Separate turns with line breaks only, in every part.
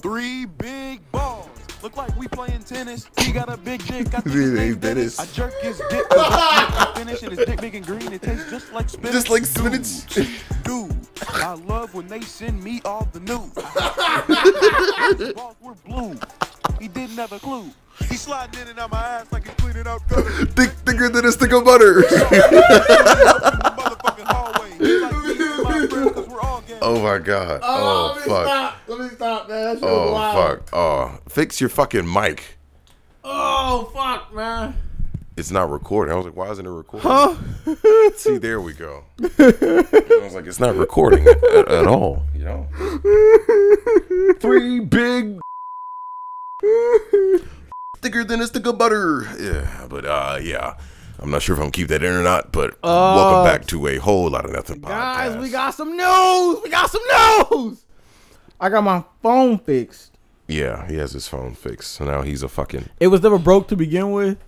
Three big balls. Look like we playing tennis. He got a big dick. I think
His
his
name
name's
Dennis.
Dennis. I jerk his dick. with his dick. I finish and his dick big and green. It tastes just like spinach.
Just like spinach.
Dude, dude, I love when they send me all the news. Balls were blue. He didn't have a clue. He sliding in and out my ass like he's cleaning up gutters.
Thick, thicker than a stick of butter.
Motherfucking hallway. He's like, me and my friends, 'cause we're all gay.
oh my god.
Oh,
Oh,
let me
fuck.
stop. Let me stop, man. That shit
Oh
was wild.
fuck. Oh, fix your fucking mic.
Oh fuck, man.
It's not recording. I was like, why isn't it recording? See, there we go. I was like, it's not recording at, at- at all. You know. Three big thicker than a stick of butter. Yeah, but uh, yeah. I'm not sure if I'm gonna keep that in or not, but welcome back to a whole lot of nothing podcast.
Guys, we got some news. We got some news. I got my phone fixed.
Yeah, he has his phone fixed, so now he's a fucking.
It was never broke to begin with.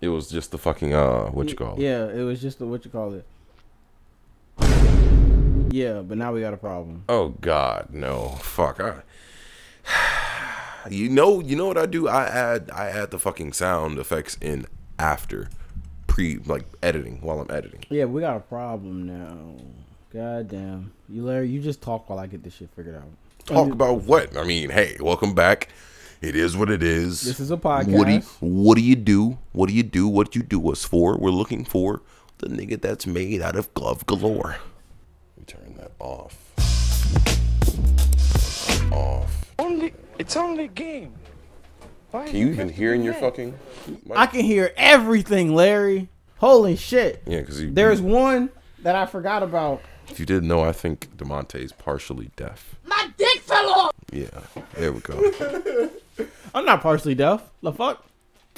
It was just the fucking uh, what you call it?
Yeah, it was just the what you call it. Yeah, but now we got a problem.
Oh God, no, fuck. I, you know, you know what I do? I add, I add the fucking sound effects in after, pre like editing while I'm editing.
Yeah, we got a problem now. God damn. You Larry, you just talk while I get this shit figured out.
Talk about what? I mean, hey, welcome back. It is what it is.
This is a podcast.
What do you, what do you do? What do you do? What you do us for? We're looking for the nigga that's made out of glove galore. We turn that off. Off.
Only it's only a game. Why
Can you even hear in your fucking?
I can hear everything, Larry. Holy shit.
Yeah, because
There's one that I forgot about.
If you didn't know, I think Demonte is partially deaf. My dick fell off. Yeah, there we go.
I'm not partially deaf. The fuck?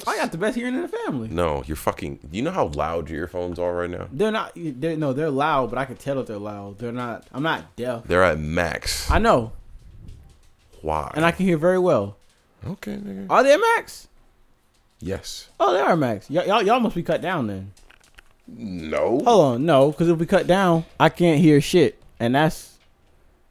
I got the best hearing in the family.
No, you're fucking. You know how loud your earphones are right now?
They're not. They're, no, they're loud, but I can tell if they're loud. They're not. I'm not deaf.
They're at max.
I know,
Why?
and I can hear very well.
okay, nigga.
Are they max?
yes.
Oh, they are max. Y- y'all, y'all must be cut down then.
No.
Hold on, no, because if we cut down, I can't hear shit, and that's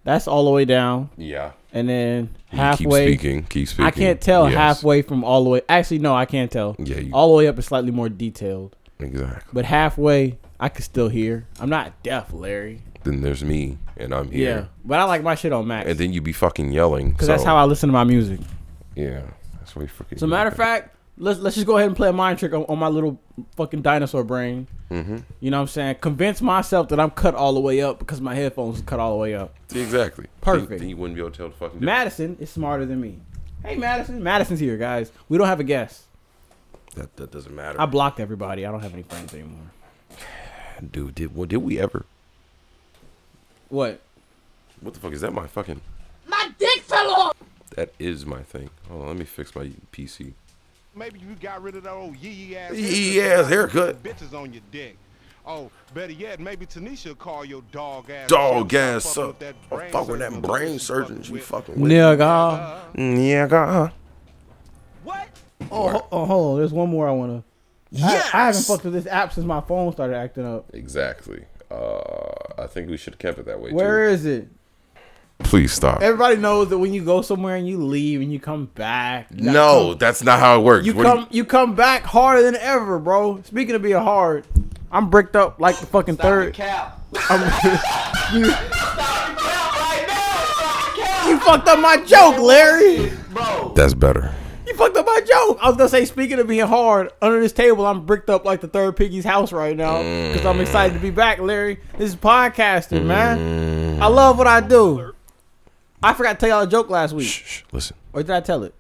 that's all the way down,
Yeah.
and then
You
halfway.
Keep speaking. Keep speaking.
I can't tell
Yes.
halfway from all the way. Actually, no, I can't tell.
Yeah, you-
all the way up is slightly more detailed,
Exactly.
but halfway I can still hear. I'm not deaf, Larry.
Then there's me, and I'm
Yeah,
here.
but I like my shit on max
And
because
then you be fucking yelling. Because
that's how I listen to my music.
Yeah. That's what you fucking.
So matter of fact, let's let's just go ahead and play a mind trick on, on my little fucking dinosaur brain.
Mm-hmm.
You know what I'm saying? Convince myself that I'm cut all the way up because my headphones are cut all the way up.
Exactly.
Perfect.
Then, then you wouldn't be able to tell the fucking. difference.
Madison is smarter than me. Hey Madison, Madison's here, guys. We don't have a guest.
that that doesn't matter.
I blocked everybody. I don't have any friends anymore.
Dude, did what? Did we ever?
What?
What the fuck is that? My fucking.
My dick fell off.
That is my thing. Hold on, let me fix my PC.
Maybe you got rid of that old yee yee ass.
Yee ass haircut.
Bitches on your dick. Oh, better yet, maybe Tanisha will call your dog ass.
Dog
She'll
ass
fuck
suck.
with that
I'm
brain
fucking with
surgeon
that
of
brain
yours she
surgeon
fucking
you
with.
fucking with. Mm,
Nigga.
Yeah, God.
What?
Oh, ho- oh, hold on. There's one more I wanna. I, I haven't fucked with this app since my phone started acting up.
Exactly. Uh, I think we should have kept it that way.
Where is it?
Please stop.
Everybody knows that when you go somewhere and you leave and you come back, you gotta come
No, that's not how it works.
You
What do
come, you come back harder than ever, bro. Speaking of being hard, I'm bricked up like the fucking third. I'm- you, You fucked up my joke, Larry.
That's better.
You fucked up my joke. I was gonna say, speaking of being hard, under this table, I'm bricked up like the third piggy's house right now because I'm excited to be back, Larry. This is podcasting, man. I love what I do. I forgot to tell y'all a joke last week.
Shh, shh, listen.
Or did I tell it?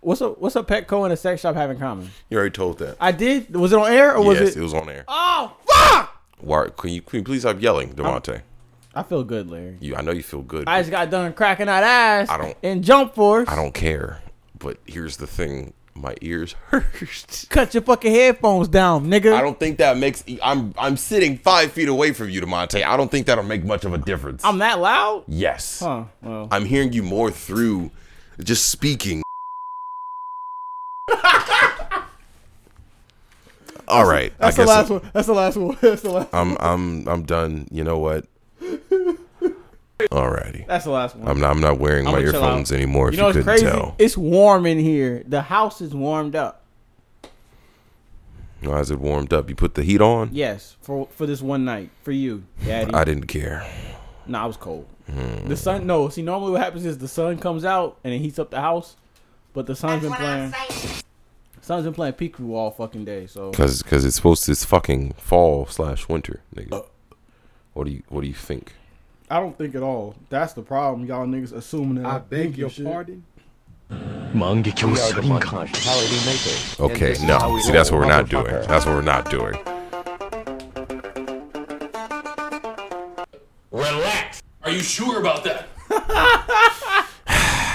What's a what's a Petco and a sex shop have in common?
You already told that.
I did. Was it on air or was
yes, it?
it?
was on air.
Oh fuck!
Why, can you can you please stop yelling, Devontae?
I feel good, Larry.
You, I know you feel good.
I just got done cracking that ass.
I don't-
And jump force.
I don't care. But here's the thing. My ears hurt.
cut your fucking headphones down, nigga.
I don't think that makes. I'm I'm sitting five feet away from you, Demonte. I don't think that'll make much of a difference.
I'm Oh. that loud.
yes,
Huh? Well,
I'm hearing you more through just speaking. All right,
that's the last one. That's the last one. That's the last.
I'm I'm I'm done. You know what? Alrighty.
That's the last one.
I'm not, I'm not wearing
I'ma
my
chill
earphones
out.
anymore if
you
you,
know what's
couldn't
crazy?
tell.
It's warm in here. The house is warmed up.
Why is it warmed up? You put the heat on?
Yes, for for this one night for you, Daddy.
I didn't care.
No, nah, I was cold. The sun. No, see, normally what happens is the sun comes out and it heats up the house, but the sun's been playing. Sun's been playing peekaboo all fucking day. So
Cause, Cause it's supposed to it's fucking fall slash winter,
Uh.
nigga. What do you what do you think?
I don't think at all. That's the problem, y'all niggas assuming that. I, beg your pardon.
Okay, no. See that's what we're not doing. That's what we're not doing.
Relax. Are you sure about that?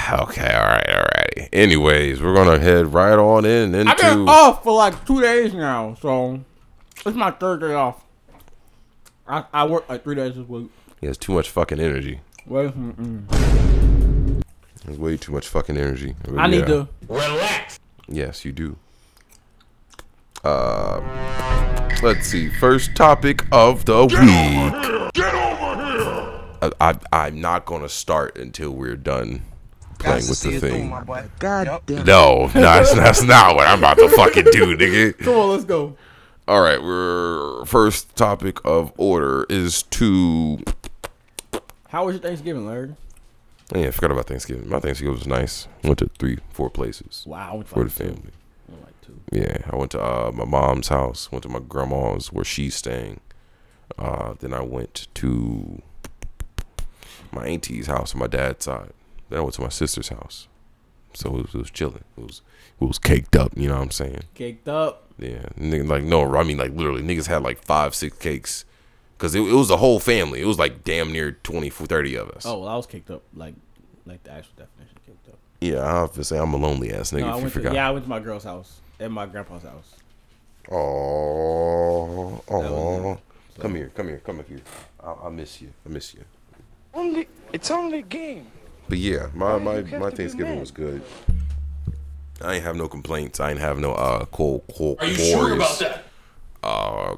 Okay, alright, alrighty. Anyways, we're gonna head right on in into
I've been off for like two days now, so it's my third day off. I I work like three days this week.
He has too much fucking energy.
Well, mm-mm.
There's way too much fucking energy.
I
Yeah.
need to.
Relax.
Yes, you do. Uh, let's see. First topic of the week. Get over here! I, I, I'm not gonna start until we're done playing with the thing. No, that's, that's not what I'm about to fucking do, nigga.
Come on, let's go.
All right, we're first topic of order is to.
How was your Thanksgiving, Larry?
Yeah, I forgot about Thanksgiving. My Thanksgiving was nice. Went to three, four places
Wow, I went to
for
like
the family.
two. I went like two.
Yeah, I went to uh, my mom's house. Went to my grandma's where she's staying. Uh, then I went to my auntie's house on my dad's side. Then I went to my sister's house. So it was, it was chilling. It was it was caked up. You know what I'm saying?
Caked up.
Yeah, nigga, like no, I mean like literally, niggas had like five, six cakes. Cause it, it was a whole family. It was like damn near 20, 30 of us.
Oh, well, I was caked up like like the actual definition of caked up.
yeah, I have to say I'm a lonely ass nigga.
No, I
if you
went to,
forgot.
yeah, I went to my girl's house and my grandpa's house.
Oh, oh.
was
Come here, come here, come up here. I, I miss you. I miss you.
Only, it's only game.
But yeah, my my,
you have
my
to be
Thanksgiving
mad?
was good. I ain't have no complaints. I ain't have no uh cold cold
Are you
wars.
sure about that?
Uh,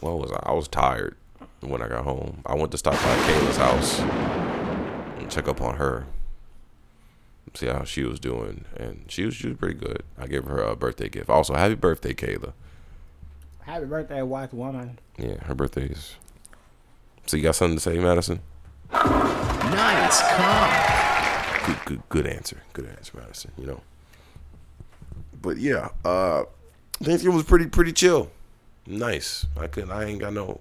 What was I? I was tired when I got home. I went to stop by Kayla's house and check up on her. See how she was doing, and she was she was pretty good. I gave her a birthday gift. Also, happy birthday, Kayla.
Happy birthday, white woman.
Yeah, her birthday is. So you got something to say, Madison? Nice, come. Good, good, good answer. Good answer, Madison. You know. But yeah, uh, Thanksgiving was pretty pretty chill. Nice. I couldn't. I ain't got no.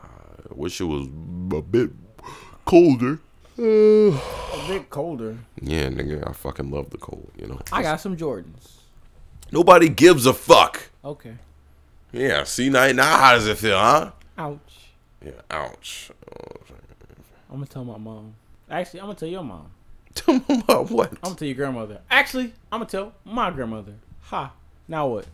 I wish it was a bit colder.
A bit colder.
Yeah, nigga, I fucking love the cold. You know.
I got some Jordans.
Nobody gives a fuck.
Okay.
Yeah. See now, now how does it feel, huh?
Ouch.
Yeah. Ouch. Oh,
I'm gonna tell my mom. Actually, I'm gonna tell your mom.
Tell me about what?
I'm gonna tell your grandmother. Actually, I'm gonna tell my grandmother. Ha. Now what?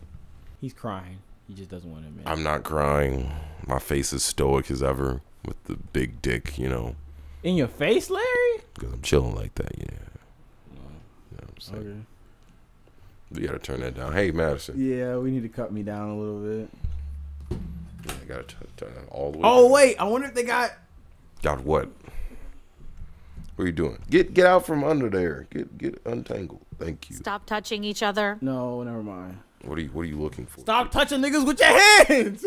He's crying. He just doesn't want to admit. it.
I'm not crying. My face is stoic as ever with the big dick, you know,
In your face, Larry.
because I'm chilling like that. Yeah. You know what I'm saying?
Okay.
You gotta turn that down. Hey, Madison.
Yeah, we need to cut me down a little bit.
Yeah, I gotta t- turn that all the way.
Oh
down.
wait, I wonder if they got.
Got what? What are you doing? Get get out from under there. Get get untangled. Thank you.
Stop touching each other.
No, never mind.
What are you What are you looking for?
Stop touching niggas with your hands.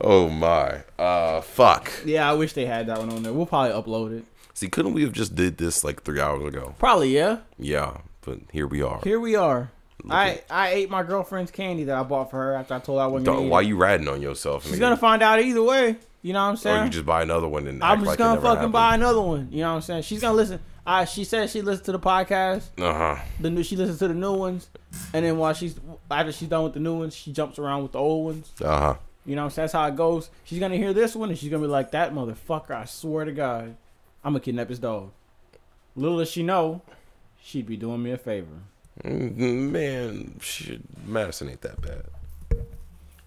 Oh my. Uh, fuck.
yeah, I wish they had that one on there. We'll probably upload it.
See, couldn't we have just did this like three hours ago?
Probably yeah.
Yeah, but here we are.
Here we are. I I ate my girlfriend's candy that I bought for her after I told her I wasn't
Dog,
gonna eat
why
it.
you ratting on yourself?
She's gonna find out either way. You know what I'm saying?
Or you just buy another one and
I'm
act
just
like it
gonna
never
fucking
happened?
buy another one. You know what I'm saying? She's gonna listen. I she said she listened to the podcast.
Uh huh.
The new she listens to the new ones, and then while she's after she's done with the new ones, she jumps around with the old ones.
Uh huh.
You know what I'm saying? That's how it goes. She's gonna hear this one and she's gonna be like, "That motherfucker! I swear to God, I'm gonna kidnap his dog." Little does she know, she'd be doing me a favor.
Mm, Man, shit, Madison ain't that bad.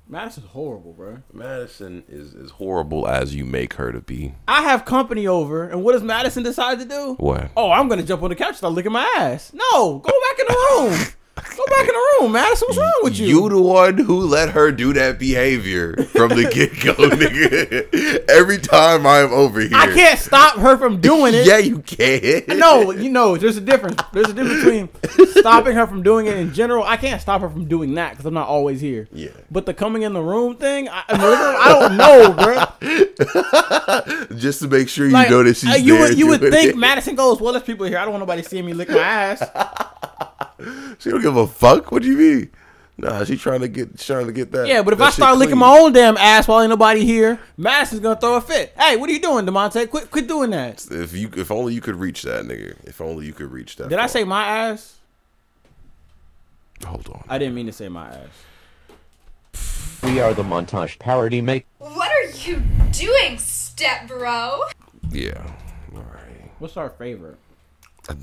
Madison's horrible, bro.
Madison is as horrible as you make her to be.
I have company over, and what does Madison decide to do?
What?
Oh, I'm gonna jump on the couch and start licking my ass. No, go back in the room. go back in the on, Madison? What's wrong with you?
You the one who let her do that behavior from the get go, nigga. Every time I'm over here,
I can't stop her from doing it.
Yeah, you can.
No, you know, there's a difference. There's a difference between stopping her from doing it in general. I can't stop her from doing that because I'm not always here.
Yeah.
But the coming in the room thing, I, I mean, I don't know, bro.
Just to make sure you
Like,
know that she's
uh, you
there.
would you would
doing
think
it.
Madison goes, well, there's people here. I don't want nobody seeing me lick my ass.
she don't give a fuck. What do you mean? Nah, she trying to get trying to get that.
Yeah, but if
that
I
shit
start licking
clean.
my own damn ass while ain't nobody here, Madison's gonna throw a fit. Hey, what are you doing, Demonte? Quit quit doing that.
if you if only you could reach that nigga. If only you could reach that.
Did I
far.
say my ass?
Hold on.
I didn't mean to say my ass.
We are the montage parody make.
What are you doing, step bro?
yeah. All right.
What's our favorite?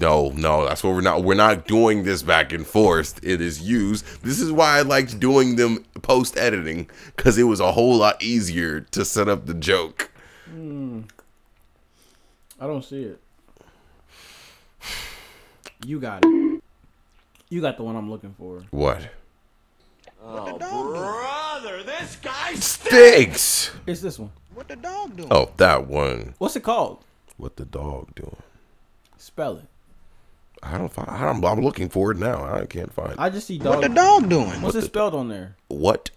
No, no, that's what we're not. We're not doing this back and forth. It is used. This is why I liked doing them post editing because it was a whole lot easier to set up the joke.
I don't see it. You got it. You got the one I'm looking for.
What?
Brother, this guy's.
Stinks.
It's this one.
What the dog doing?
Oh, that one.
What's it called?
What the dog doing?
Spell it.
I don't find. I don't, I'm looking for it now. I can't find. it.
I just see dog.
What the dog doing?
What's it spelled on there?
what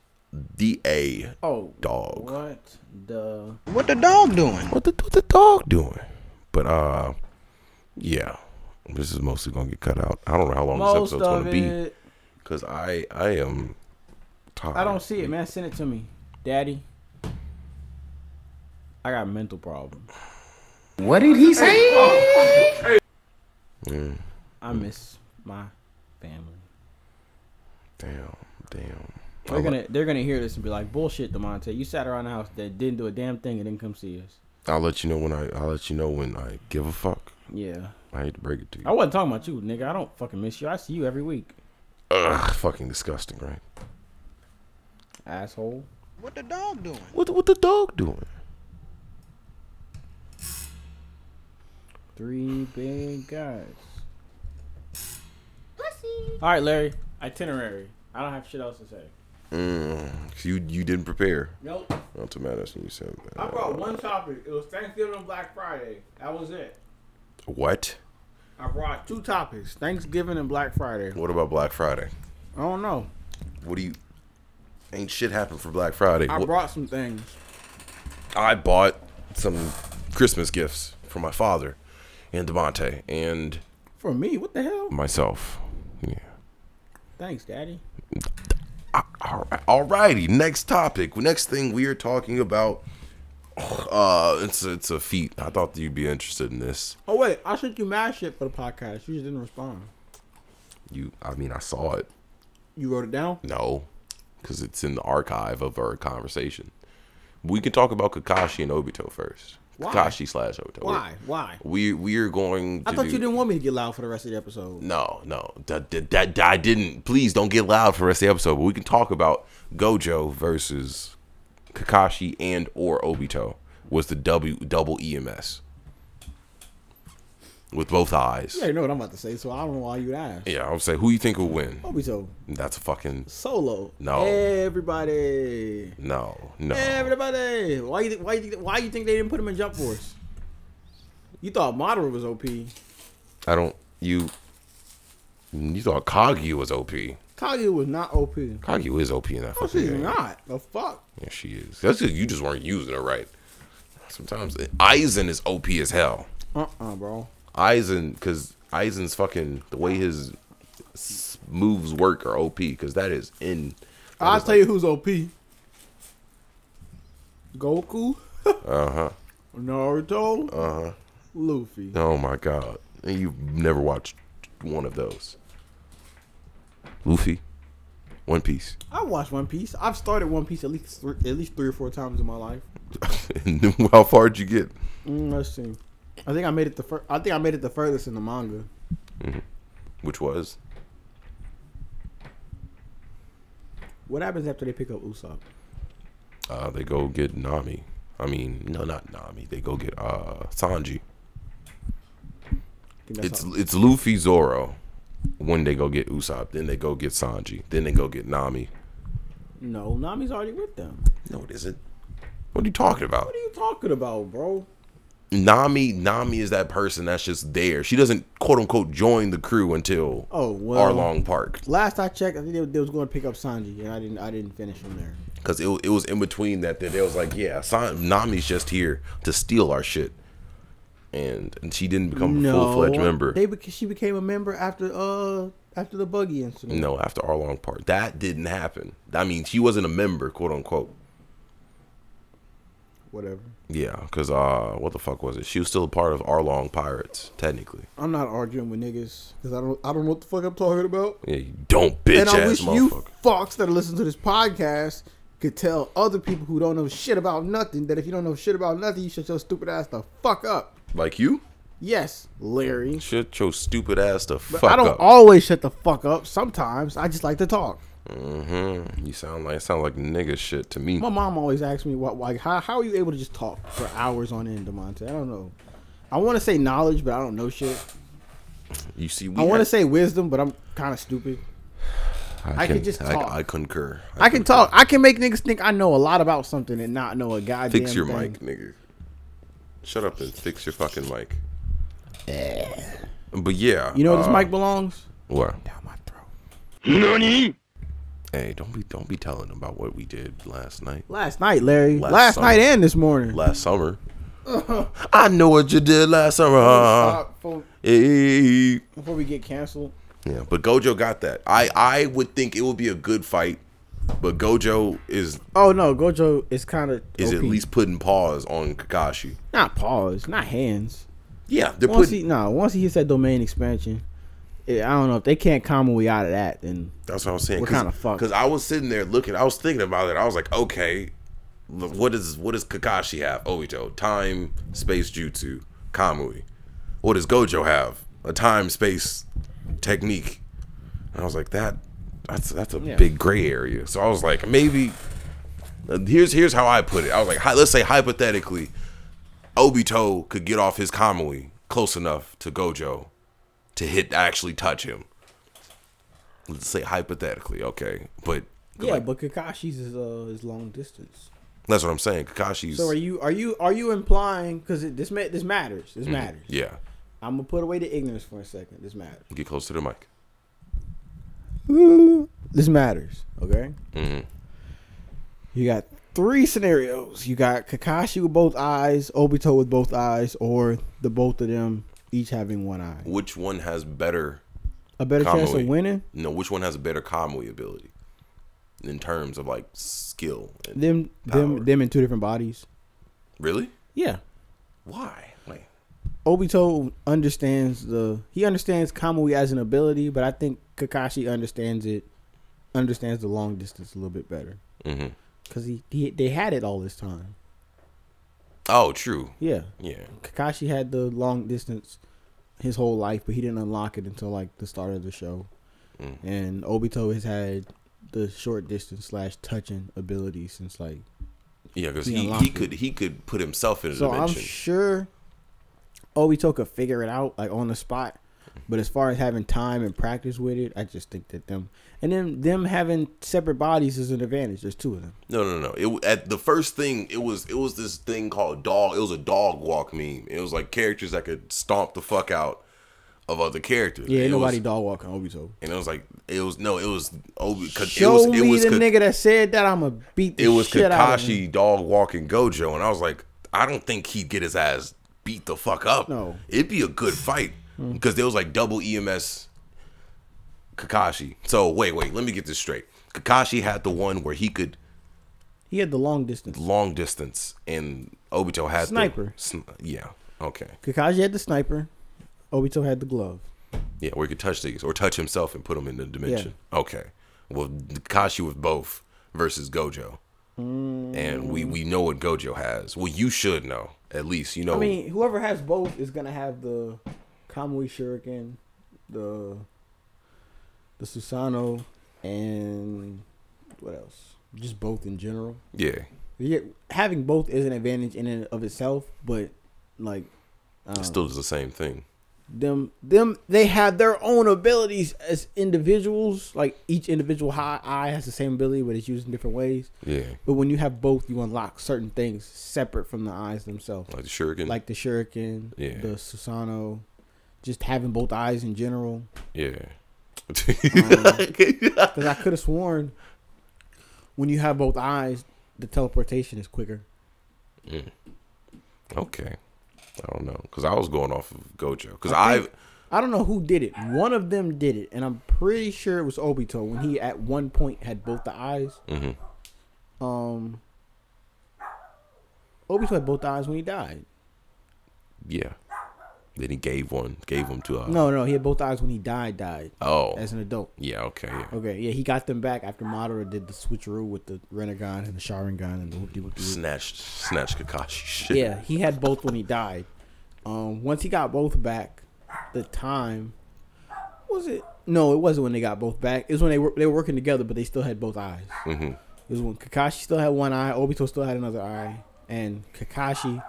the a
Oh,
dog? What?
What the?
What the dog doing?
the what the dog doing? But uh, yeah, this is mostly gonna get cut out. I don't know how long this
Most
episode's
of
gonna be
it.
because I I am. Tired.
I don't see it, man. Send it to me, Daddy. I got a mental problem.
What did he say?
I miss my family.
Damn, damn.
They're gonna they're gonna hear this and be like, "Bullshit, Demonte. You sat around the house that didn't do a damn thing and didn't come see us."
I'll let you know when I I'll let you know when I give a fuck.
Yeah,
I hate to break it to you.
I wasn't talking about you, nigga. I don't fucking miss you. I see you every week,
Ugh, fucking disgusting, right?
asshole.
What the dog doing?
What the- what the dog doing?
Three big guys. All right, Larry. Itinerary. I don't have shit else to say.
Mm, You you didn't prepare.
Nope.
Not to Madison, you said.
I brought one topic. It was Thanksgiving and Black Friday. That was it.
What?
I brought two topics: Thanksgiving and Black Friday.
What about Black Friday?
I don't know.
What do you? Ain't shit happened for Black Friday.
I
What-
brought some things.
I bought some Christmas gifts for my father, and Devonte, and
For me, what the hell?
myself. Yeah.
Thanks, Daddy.
All- Alrighty. Next topic. Next thing we are talking about. Uh, it's a, it's a feat. I thought you'd be interested in this.
Oh wait, I sent you mad shit for the podcast. You just didn't respond.
You, I mean, I saw it.
You wrote it down.
No, because it's in the archive of our conversation. We can talk about Kakashi and Obito first.
Why?
Kakashi slash Obito.
Why? Why?
We we are going. To
I thought
do-
you didn't want me to get loud for the rest of the episode.
No, no, that, that, that, that- I didn't. Please don't get loud for the rest of the episode. But we can talk about Gojo versus Kakashi and or Obito was the W double EMS with both eyes.
You already know what I'm about to say, so I don't know why you'd ask.
Yeah, I would say who you think will win.
Obito
That's a fucking
solo.
No.
Everybody.
no, no.
Everybody. Why you? thi- Why you? think- Why you think they didn't put him in Jump Force? You thought Madara was OP.
I don't. You. You thought Kagi was OP.
Kaguya was not OP.
Kagi is OP in that fucking
No, she's
game.
not. The fuck.
Yeah, she is. That's just, you just weren't using her right. Sometimes Aizen is OP as hell.
Uh uh bro.
Aizen, because Aizen's fucking the way his s- moves work are OP. Because that is in. that
I'll
is
tell you who's OP. Goku. uh huh. Naruto. Uh huh. Luffy.
like, oh my god, and you've never watched one of those. Luffy, One Piece,
I watched One Piece. I've started One Piece at least three, at least three or four times in my life.
and then how far did you get?
Mm, let's see. I think I made it the fir- I think I made it the furthest in the manga.
Which was
What happens after they pick up Usopp?
Uh, they go get Nami. I mean, no, not Nami. They go get uh Sanji.
I think that's
It's
all.
it's Luffy, Zoro, When they go get Usopp, then they go get Sanji, then they go get Nami.
No, Nami's already with them.
No, it isn't. What are you talking about?
What are you talking about, bro?
Nami, Nami is that person that's just there. She doesn't quote unquote join the crew until
Oh, well.
Arlong Park
Last I checked, I think they, they was going to pick up Sanji, and I didn't. I didn't finish him there.
because it, wa- it was in between that that they was like, yeah, San, Nami's just here to steal our shit, and, and she didn't become a full fledged member.
They beca- she became a member after uh after the buggy incident.
No, after Arlong Park, that didn't happen. I mean, she wasn't a member, quote unquote.
Whatever.
Yeah, because uh, what the fuck was it? She was still a part of Arlong Pirates, technically.
I'm not arguing with niggas because I don't. I don't know what the fuck I'm talking about.
Yeah, you don't bitch
and I
ass
wish you
motherfucker.
fucks that listen to this podcast could tell other people who don't know shit about nothing that if you don't know shit about nothing, you shut your stupid ass the fuck up.
like you,
Yes, Larry.
shut your stupid ass the fuck
I don't
up.
always shut the fuck up. Sometimes I just like to talk.
mm-hmm. You sound like sound like nigga shit to me.
My mom always asks me, "What? Like, how, how are you able to just talk for hours on end, Demonte?" I don't know. I want to say knowledge, but I don't know shit.
You see, we
I want to
had-
say wisdom, but I'm kind of stupid. I could
can-
just
I,
talk.
I concur.
I can talk. I can make niggas think I know a lot about something and not know a goddamn
Fix your
thing.
mic, nigga. Shut up and fix your fucking mic. But yeah,
Eh. You know where this
uh,
mic belongs?
What?
Down my throat.
Hey, don't be don't be telling about what we did last night,
Last night, Larry.
Last
Last,
summer.
night and this morning.
last summer. I know what you did last summer.
Stop before,
Hey.
before we get canceled.
Yeah, but Gojo got that. I I would think it would be a good fight, but Gojo is
Oh no, Gojo is kind of
is at least putting paws on Kakashi.
not paws, not hands.
Yeah, they're
Once
putting.
he nah, once he hits that domain expansion, eh, I don't know if they can't come way out of that. Then
That's what I'm saying.
We're kinda fucked.
Because I was sitting there looking. I was thinking about it. I was like, okay, look, what is what does Kakashi have? Oito, time, space jutsu, Kamui. What does Gojo have? A time space technique. And I was like, that that's that's a big gray area. So I was like, maybe uh, here's here's how I put it. I was like, hi, let's say hypothetically, Obito could get off his Kamui close enough to Gojo to hit actually touch him. Let's say hypothetically, okay, but
yeah,
like,
but Kakashi's is uh is long distance.
that's what I'm saying. Kakashi's
So are you are you are you implying because this ma- this matters
Mm-hmm.
this matters?
yeah.
I'm gonna put away the ignorance for a second. This matters.
Get close to the mic.
This matters. Okay. You got three scenarios. You got Kakashi with both eyes, Obito with both eyes, or the both of them each having one eye.
Which one has better?
A better chance
Kamui.
of winning.
No, which one has a better Kamui ability in terms of like skill? And,
Them
Power.
them them in two different bodies.
really?
Yeah.
Why? Like,
Obito understands the he understands Kamui as an ability, but I think Kakashi understands it understands the long distance a little bit better
Mhm.
because he, he they had it all this time.
oh, true.
Yeah,
Yeah.
Kakashi had the long distance his whole life, but he didn't unlock it until like the start of the show.
Mm.
And Obito has had the short distance slash touching ability since like
Yeah, because
He
he,
unlocked
he
it.
could he could put himself in a
So I'm
dimension.
sure Obito could figure it out like on the spot. But as far as having time and practice with it, I just think that them and then them having separate bodies is an advantage. There's two of them.
no, no, no. It at the first thing it was it was this thing called dog. It was a dog walk meme. It was like characters that could stomp the fuck out of other characters.
Yeah,
And
ain't
it was-
nobody dog walking Obito.
and it was like it was no, it was Obi. It
Show
was, it
me
was
the
Ka-
nigga that said that I'm gonna beat the
It was
shit out of him.
Kakashi dog walking Gojo, and I was like, I don't think he'd get his ass beat the fuck up.
No. Hmm.
it'd be a good fight because there was like double EMS Kakashi. So wait, wait, let me get this straight. Kakashi had the one where he could
He had the long distance.
long distance, and Obito had the-
Sniper.
sn- yeah, okay,
Kakashi had the sniper. Obito had the glove.
yeah, where he could touch these or touch himself and put him in the dimension. Okay, well, Kakashi with both versus Gojo,
Mm.
and we we know what Gojo has. Well, you should know at least. You know,
I mean, whoever has both is gonna have the Kamui Shuriken, the the Susano, and what else? Just both in general.
yeah.
Yeah, having both is an advantage in and of itself, but like
It still does the same thing.
them them they have their own abilities as individuals. Like each individual high eye has the same ability, but it's used in different ways.
Yeah.
But when you have both, you unlock certain things separate from the eyes themselves,
Like the shuriken.
like the shuriken,
Yeah.
the Susano, just having both eyes in general.
yeah.
Because I could have sworn when you have both eyes, the teleportation is quicker.
okay. I don't know because I was going off of Gojo because I
I don't know who did it. One of them did it, and I'm pretty sure it was Obito when he at one point had both the eyes.
Mhm.
Um, Obito had both eyes when he died.
yeah. Then he gave one, gave him to us.
No, no, he had both eyes when he died. Died
Oh.
as an adult.
yeah. Okay. Yeah.
Okay, yeah, he got them back after Madara did the switcheroo with the Renegon and the Sharingan and the whoopty whoopty.
Snatched, snatched Kakashi. Shit.
Yeah, he had both when he died. Um, once he got both back, the time was it? No, it wasn't when they got both back. It was when they were they were working together, but they still had both eyes. Mm-hmm. It was when Kakashi still had one eye, Obito still had another eye, and Kakashi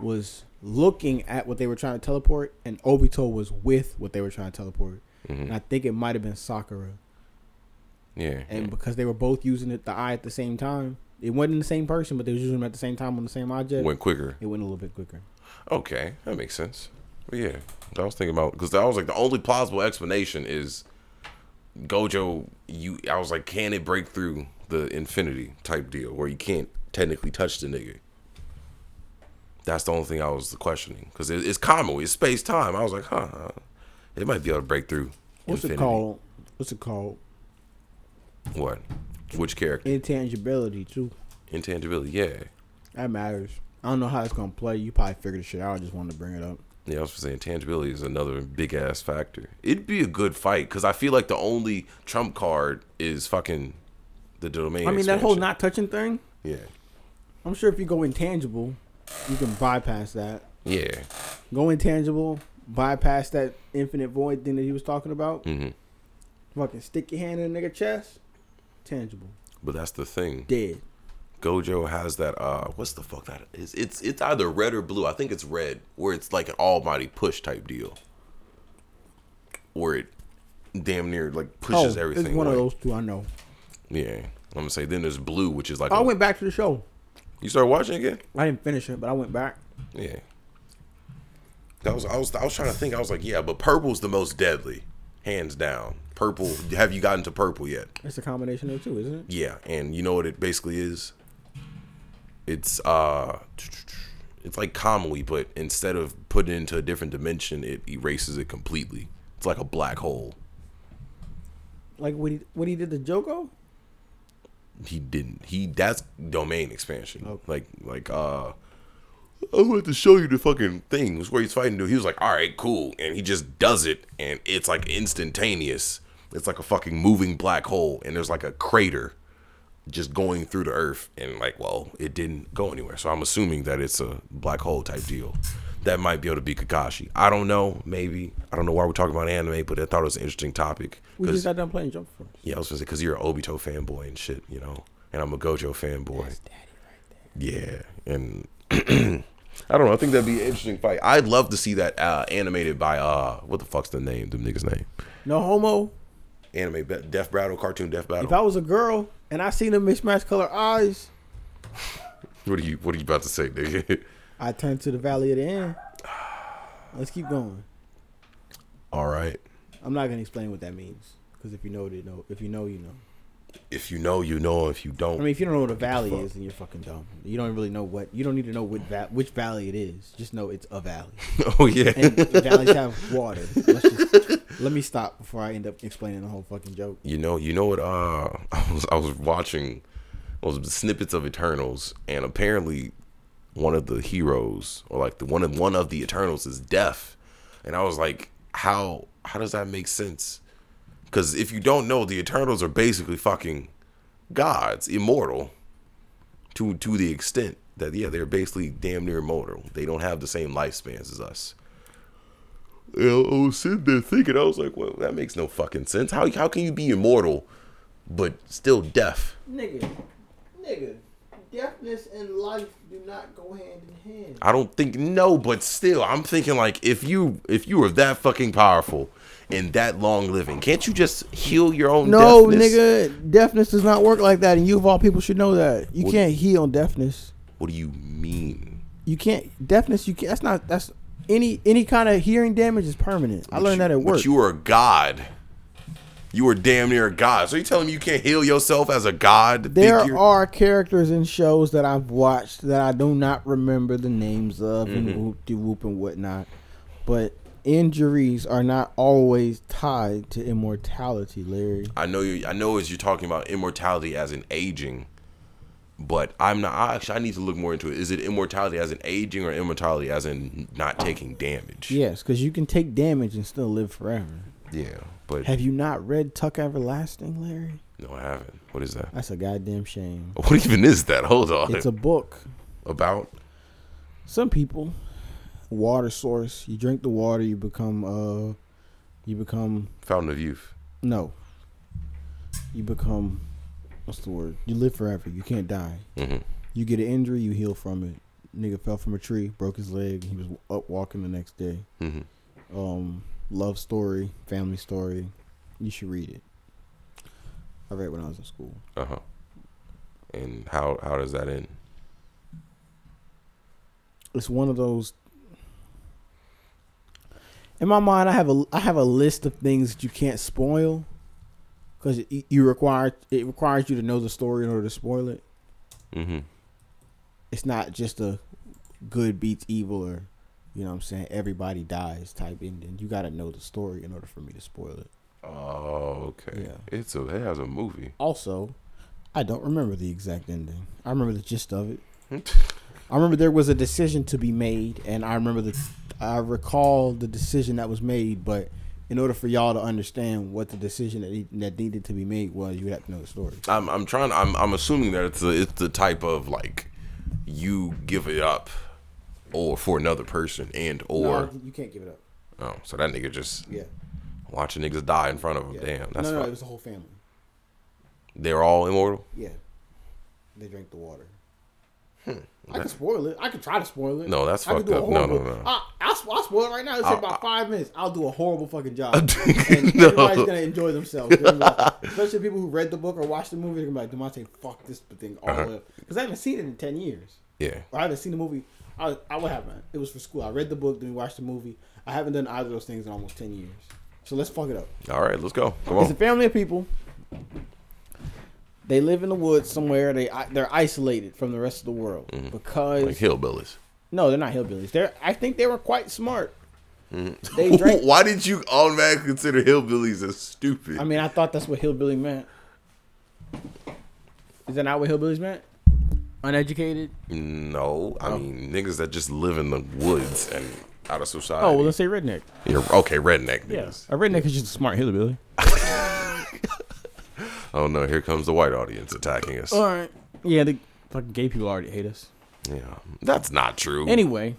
was looking at what they were trying to teleport, and Obito was with what they were trying to teleport. And I think it might have been Sakura.
Yeah.
and because they were both using it the eye at the same time, it wasn't the same person, but they was using them at the same time on the same object.
Went quicker.
It went a little bit quicker.
Okay, that makes sense. But yeah, I was thinking about because I was like the only plausible explanation is Gojo. You, I was like, can it break through the infinity type deal where you can't technically touch the nigga? That's the only thing I was questioning because it, it's common, it's space time. I was like, huh, uh, it might be able to break through.
What's it called? What's it called?
What? Which character?
Intangibility too.
Intangibility. Yeah,
That matters. I don't know how it's gonna play. You probably figured the shit out. I just wanted to bring it up.
Yeah, I was saying tangibility is another big ass factor. It'd be a good fight because I feel like the only trump card is fucking the domain.
I mean that whole
expansion.
not touching thing.
yeah,
I'm sure if you go intangible, you can bypass that.
yeah,
Go intangible, bypass that infinite void thing that he was talking about.
Mhm.
Fucking stick your hand in a nigga chest. Tangible,
but that's the thing.
dead.
Gojo has that. Uh, what's the fuck that is? It's it's either red or blue. I think it's red, where it's like an almighty push type deal, where it damn near like pushes
oh,
everything.
it's one of
away.
those two I know.
Yeah, I'm gonna say then there's blue, which is like
I
a-
went back to the show.
You start watching again.
I didn't finish it, but I went back.
Yeah. That was I was I was trying to think. I was like, yeah, but purple's the most deadly, hands down. Purple. Have you gotten to purple yet?
It's a combination of two, isn't it?
Yeah, and you know what it basically is. It's uh, it's like Kamui, but instead of putting it into a different dimension, it erases it completely. It's like a black hole.
Like what he what he did to Joko?
He didn't. He that's domain expansion.
Okay.
Like like uh. I wanted to show you the fucking thing. It was where he's fighting dude. He was like, "All right, cool," and he just does it, and it's like instantaneous. It's like a fucking moving black hole, and there's like a crater just going through the earth, and like, well, it didn't go anywhere. So I'm assuming that it's a black hole type deal. That might be able to be Kakashi. I don't know. Maybe I don't know why we're talking about anime, but I thought it was an interesting topic.
We
'cause-
just got done playing Jump Force.
yeah, I was gonna say because you're an Obito fanboy and shit, you know, and I'm a Gojo fanboy. Yeah, and I don't know. I think that'd be an interesting fight. I'd love to see that uh, animated by uh, what the fuck's the name? Them niggas name?
No homo.
Anime be- Death Battle, cartoon Death
If
Battle.
I was a girl and I seen the mismatched color eyes,
what are you What are you about to say, nigga?
I turn to the Valley of the End. Let's keep going.
All right,
I'm not gonna explain what that means because if you know, it, you know. If you know, you know.
if you know, you know. If you don't,
I mean, if you don't know what a valley
fuck?
is, then you're fucking dumb. You don't really know what. You don't need to know what va- which valley it is. Just know it's a valley.
oh yeah,
And valleys have water. Let's just, let me stop before I end up explaining the whole fucking joke.
you know, you know what? Uh, I was I was watching those snippets of Eternals, and apparently one of the heroes, or like the one of one of the Eternals, is deaf, and I was like, how how does that make sense? Because if you don't know, the Eternals are basically fucking gods, immortal, to to the extent that yeah, they're basically damn near immortal. They don't have the same lifespans as us. And I was sitting there thinking, I was like, well, that makes no fucking sense. How how can you be immortal but still deaf?
Nigga, nigga, deafness and life do not go hand in hand.
I don't think no, but still, I'm thinking like if you if you were that fucking powerful and that long living, can't you just heal your own?
No,
deafness?
nigga, deafness does not work like that, and you of all people should know that. You
What-
can't heal deafness.
What do you mean?
You can't deafness. You can't. That's not. That's any any kind of hearing damage is permanent. I
But
learned
you-
that at work.
But you were a god. You were damn near a god. So you telling me you can't heal yourself as a god? Think
There
you're-
are characters in shows that I've watched that I do not remember the names of
Mm-hmm.
and whoop de whoop and whatnot. But injuries are not always tied to immortality, Larry.
I know you. I know as you're talking about immortality as in aging, but I'm not. I actually, I need to look more into it. Is it immortality as in aging or immortality as in not taking damage?
Yes, because you can take damage and still live forever.
Yeah, but
Have you not read Tuck Everlasting, Larry?
no, I haven't. What is that?
That's a goddamn shame.
What even is that? Hold on.
It's a book.
about
Some people, water source. You drink the water, you become uh, you become
Fountain of Youth.
No. You become what's the word? You live forever. You can't die. You get an injury, you heal from it. Nigga fell from a tree, broke his leg. He was up walking the next day. Um, love story, family story. You should read it. I read it when I was in school.
Uh huh. And how how does that end?
It's one of those. In my mind, I have a I have a list of things that you can't spoil, because it, you require it requires you to know the story in order to spoil it.
Mm-hmm.
it's not just a good beats evil or you know what I'm saying everybody dies type ending. You gotta know the story in order for me to spoil it.
Oh, okay.
Yeah.
It's a it has a movie.
Also, I don't remember the exact ending. I remember the gist of it. I remember there was a decision to be made, and I remember the I recall the decision that was made, but in order for y'all to understand what the decision that, that needed to be made was, you would have to know the story.
I'm I'm trying. I'm I'm assuming that it's a, it's the type of like you give it up or for another person and or
you can't give it up.
oh so that nigga just
Yeah.
watching niggas die in front of him.
yeah.
Damn, that's
no, no,
fuck-
it was the whole family.
they're all immortal.
Yeah. They drank the water. I can spoil it. I can try to spoil it.
Hmm. No, that's
I could
fucked
do a
up. No, no, no.
horrible- I, I'll, sp- I'll spoil it right now. It's
I'll-
in about
I'll-
five minutes. I'll do a horrible fucking job. and
No.
everybody's gonna enjoy themselves. They're gonna be like- especially people who read the book or watched the movie. They're gonna be like, Demonte, fuck this thing all the way up. Because I haven't seen it in 10 years.
Uh-huh. Yeah.
Or I haven't seen the movie. I, I what happened? It was for school. I read the book, then we watched the movie. I haven't done either of those things in almost 10 years. So let's fuck it up.
All right, let's go. Come
It's a
on.
family of people. They live in the woods somewhere. They they're isolated from the rest of the world because
Like hillbillies.
no, they're not hillbillies. They're I think they were quite smart. They drank.
Why did you automatically consider hillbillies as stupid?
I mean, I thought that's what hillbilly meant. Is that not what hillbillies meant? Uneducated.
no, I
oh.
mean niggas that just live in the woods and out of society.
Oh well, let's say redneck.
You're, okay, redneck
Yeah,
niggas.
a redneck is just a smart hillbilly.
Oh no, here comes the white audience attacking us.
All right. Yeah, the fucking gay people already hate us.
yeah, that's not true.
Anyway,